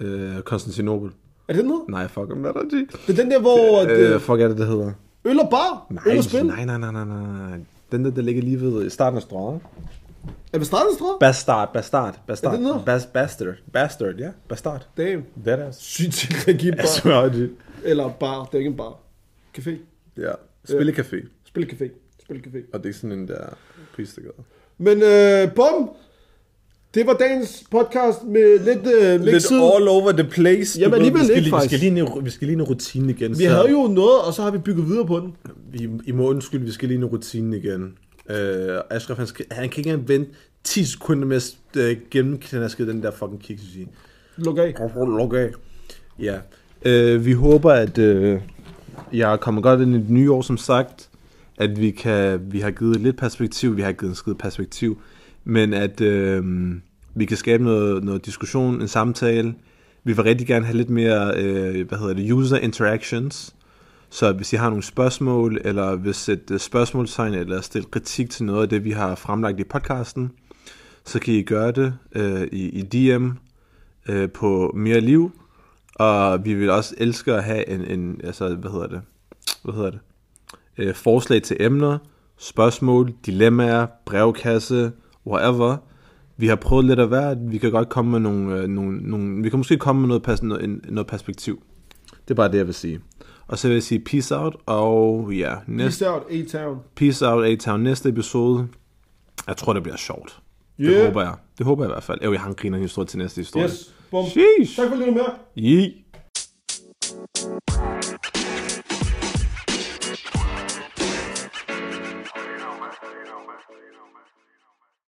Speaker 1: den hedder?
Speaker 2: Øh, Konstantinopel.
Speaker 1: Er det den hedder?
Speaker 2: Nej, fuck, hvad er der, G?
Speaker 1: Det er den der, hvor at,
Speaker 2: Øh,
Speaker 1: øh,
Speaker 2: fuck, er det, det hedder?
Speaker 1: øl og bar, øl og spil.
Speaker 2: nej, nej, nej, nej, nej. Den der, der ligger lige ved øh, starten af strøget.
Speaker 1: Er vi startet, Strøg?
Speaker 2: Bastard, bastard, bastard.
Speaker 1: Er det noget?
Speaker 2: Bas, bastard, bastard, ja. Bastard.
Speaker 1: Damn.
Speaker 2: Det er det.
Speaker 1: Sygt til
Speaker 2: Altså.
Speaker 1: bar.
Speaker 2: Smørdig.
Speaker 1: Eller bar, det er ikke en bar. Café.
Speaker 2: Ja. Spillecafé.
Speaker 1: Spillecafé. Spillecafé.
Speaker 2: Og det er ikke sådan en der prisstikker.
Speaker 1: Men øh, bum! Det var dagens podcast med lidt øh,
Speaker 2: Lidt
Speaker 1: mixet.
Speaker 2: all over the place.
Speaker 1: Jamen,
Speaker 2: Du ved,
Speaker 1: alligevel
Speaker 2: vi skal,
Speaker 1: ikke,
Speaker 2: lige- vi skal
Speaker 1: faktisk.
Speaker 2: lige en, vi skal lige en rutine igen.
Speaker 1: Vi havde jo noget, og så har vi bygget videre på den.
Speaker 2: Vi, I må undskylde, vi skal lige en rutine igen. Øh, Ashraf, han, skal, han kan ikke engang vente 10 sekunder med at øh, gennemknaske den der fucking kiks.
Speaker 1: Luk af.
Speaker 2: Okay. Ja. Øh, vi håber, at øh, jeg kommer godt ind i det nye år, som sagt. At vi, kan, vi har givet lidt perspektiv, vi har ikke givet en skid perspektiv. Men at øh, vi kan skabe noget, noget diskussion, en samtale. Vi vil rigtig gerne have lidt mere, øh, hvad hedder det, user interactions. Så hvis I har nogle spørgsmål, eller vil sætte øh, spørgsmålstegn, eller stille kritik til noget af det, vi har fremlagt i podcasten, så kan I gøre det øh, i, i DM øh, på Mere Liv. Og vi vil også elske at have en, en altså, hvad hedder det? Hvad hedder det? Øh, forslag til emner, spørgsmål, dilemmaer, brevkasse, whatever. Vi har prøvet lidt af hvert. Vi kan godt komme med nogle, øh, nogle, nogle vi kan måske komme med noget, pers- noget, en- noget perspektiv. Det er bare det, jeg vil sige. Og så vil jeg sige peace out, og ja, næste,
Speaker 1: Peace out, A-Town.
Speaker 2: peace out A-Town næste episode. Jeg tror, det bliver sjovt. Det
Speaker 1: Yeah.
Speaker 2: håber jeg. Det håber jeg i hvert fald. Jo, jeg har en griner historie til næste historie.
Speaker 1: Yes, bum.
Speaker 2: Sheesh.
Speaker 1: Tak for at lytte med.
Speaker 2: Yee.